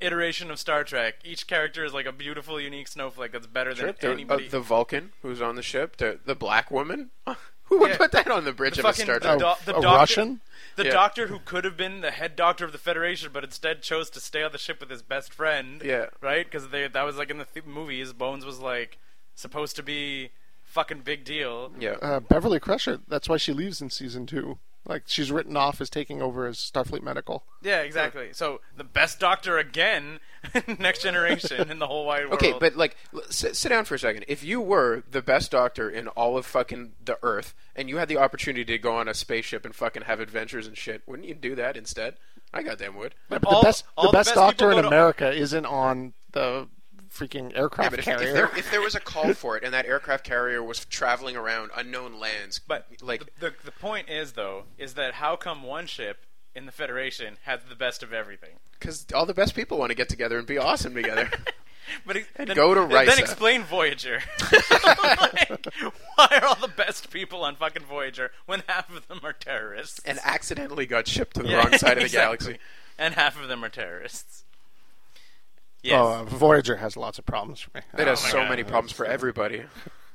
Speaker 1: iteration of Star Trek, each character is like a beautiful, unique snowflake that's better than
Speaker 2: Sure, the, uh,
Speaker 1: anybody.
Speaker 2: the Vulcan who's on the ship, the, the black woman. Who would
Speaker 1: Yeah.
Speaker 2: put that on the bridge
Speaker 1: The
Speaker 2: of a
Speaker 1: fucking-
Speaker 2: Star
Speaker 1: the
Speaker 2: Trek?
Speaker 1: dog-
Speaker 4: A- a
Speaker 1: doctor-
Speaker 4: Russian?
Speaker 1: the
Speaker 2: Yeah.
Speaker 1: doctor who could have been the head doctor of the Federation, but instead chose to stay on the ship with his best friend.
Speaker 2: Yeah.
Speaker 1: right? Because that was like in the th- movies. Bones was like supposed to be fucking big deal.
Speaker 2: yeah.
Speaker 4: Uh, Beverly Crusher. That's why she leaves in season two. Like she's written off as taking over as Starfleet medical.
Speaker 1: Yeah, exactly. So the best doctor again, next generation in the whole wide world.
Speaker 2: Okay, but like, l- sit, sit down for a second. If you were the best doctor in all of fucking the Earth, and you had the opportunity to go on a spaceship and fucking have adventures and shit, wouldn't you do that instead? I goddamn would.
Speaker 4: Yeah,
Speaker 1: But
Speaker 4: but
Speaker 1: all-
Speaker 4: the best,
Speaker 1: all
Speaker 4: the
Speaker 1: the
Speaker 4: best
Speaker 1: best
Speaker 4: doctor
Speaker 1: people
Speaker 4: in
Speaker 1: go to-
Speaker 4: America isn't on the freaking
Speaker 2: Yeah,
Speaker 4: aircraft
Speaker 2: but if, if
Speaker 4: carrier. Oh,
Speaker 2: there, if there was a call for it, and that aircraft carrier was traveling around unknown lands,
Speaker 1: But
Speaker 2: like,
Speaker 1: the, the the point is though is that how come one ship in the Federation has the best of everything?
Speaker 2: because all the best people want to get together and be awesome together.
Speaker 1: But ex- then,
Speaker 2: go to
Speaker 1: Then
Speaker 2: Risa.
Speaker 1: explain Voyager. Like, why are all the best people on fucking Voyager when half of them are terrorists?
Speaker 2: and accidentally got shipped to the
Speaker 1: Yeah,
Speaker 2: wrong side of the
Speaker 1: exactly.
Speaker 2: galaxy.
Speaker 1: And half of them are terrorists. Yes,
Speaker 4: oh, uh, Voyager has lots of problems for me.
Speaker 2: That has
Speaker 1: Oh my
Speaker 2: so
Speaker 1: God.
Speaker 2: many problems for everybody.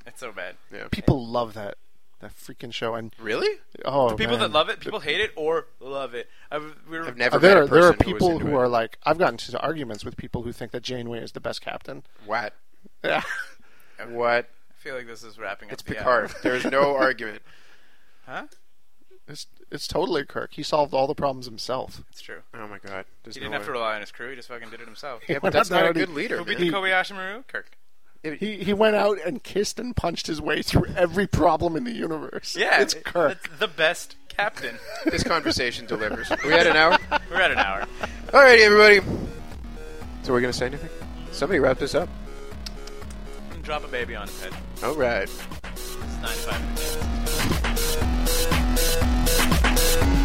Speaker 1: it's so bad.
Speaker 2: Yeah.
Speaker 4: People love that that freaking show, and
Speaker 2: Really?
Speaker 4: oh,
Speaker 1: People
Speaker 4: man.
Speaker 1: that love it, people hate it, or love it. I, we were,
Speaker 2: I've never met
Speaker 4: there,
Speaker 2: a
Speaker 4: there are
Speaker 2: person who was
Speaker 4: people
Speaker 2: into
Speaker 4: who
Speaker 2: it.
Speaker 4: are like, I've gotten into arguments with people who think that Janeway is the best captain.
Speaker 2: What?
Speaker 4: Yeah,
Speaker 2: What?
Speaker 1: I feel like this is wrapping up.
Speaker 2: It's
Speaker 1: the
Speaker 2: Picard.
Speaker 1: hour.
Speaker 2: There's no argument.
Speaker 1: huh?
Speaker 4: it's it's totally Kirk. He solved all the problems himself.
Speaker 1: It's true.
Speaker 2: Oh my god. There's
Speaker 1: He
Speaker 2: no
Speaker 1: didn't have to
Speaker 2: way.
Speaker 1: rely on his crew. He just fucking did it himself.
Speaker 2: Yeah, but that's
Speaker 4: Not
Speaker 2: not a
Speaker 4: already-
Speaker 2: good leader.
Speaker 1: Who beat
Speaker 2: man.
Speaker 1: the Kobayashi Maru? Kirk.
Speaker 4: He he went out and kissed and punched his way through every problem in the universe.
Speaker 1: Yeah,
Speaker 4: it's Kirk.
Speaker 1: That's the best captain.
Speaker 2: This conversation delivers. We had an hour.
Speaker 1: We're at an hour.
Speaker 2: Alrighty, everybody. So we're gonna say anything? Somebody wrap this up.
Speaker 1: Drop a baby on his head.
Speaker 2: All right.
Speaker 1: It's nine five.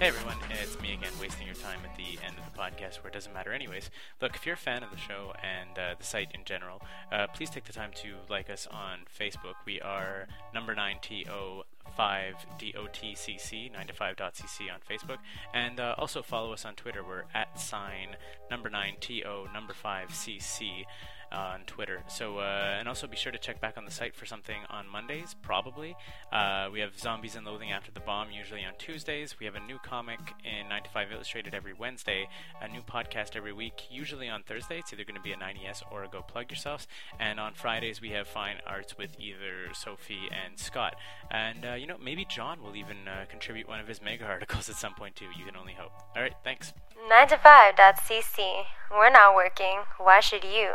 Speaker 1: Hey everyone, it's me again, wasting your time at the end of the podcast where it doesn't matter, anyways. Look, if you're a fan of the show and uh, the site in general, uh, please take the time to like us on Facebook. We are number 9TO5DOTCC, 9to5.cc on Facebook. And uh, also follow us on Twitter. We're at sign number 9TO number 5CC on Twitter. So, uh, and also be sure to check back on the site for something on Mondays, probably. Uh, we have Zombies and Loathing After the Bomb usually on Tuesdays. We have a new comic in 9 to 5 Illustrated every Wednesday, a new podcast every week, usually on Thursday. It's either going to be a 90S or a Go Plug Yourselves. And on Fridays, we have Fine Arts with either Sophie and Scott. And, uh, you know, maybe John will even uh, contribute one of his mega articles at some point, too. You can only hope. All right, thanks.
Speaker 5: 9to5.cc. We're not working. Why should you?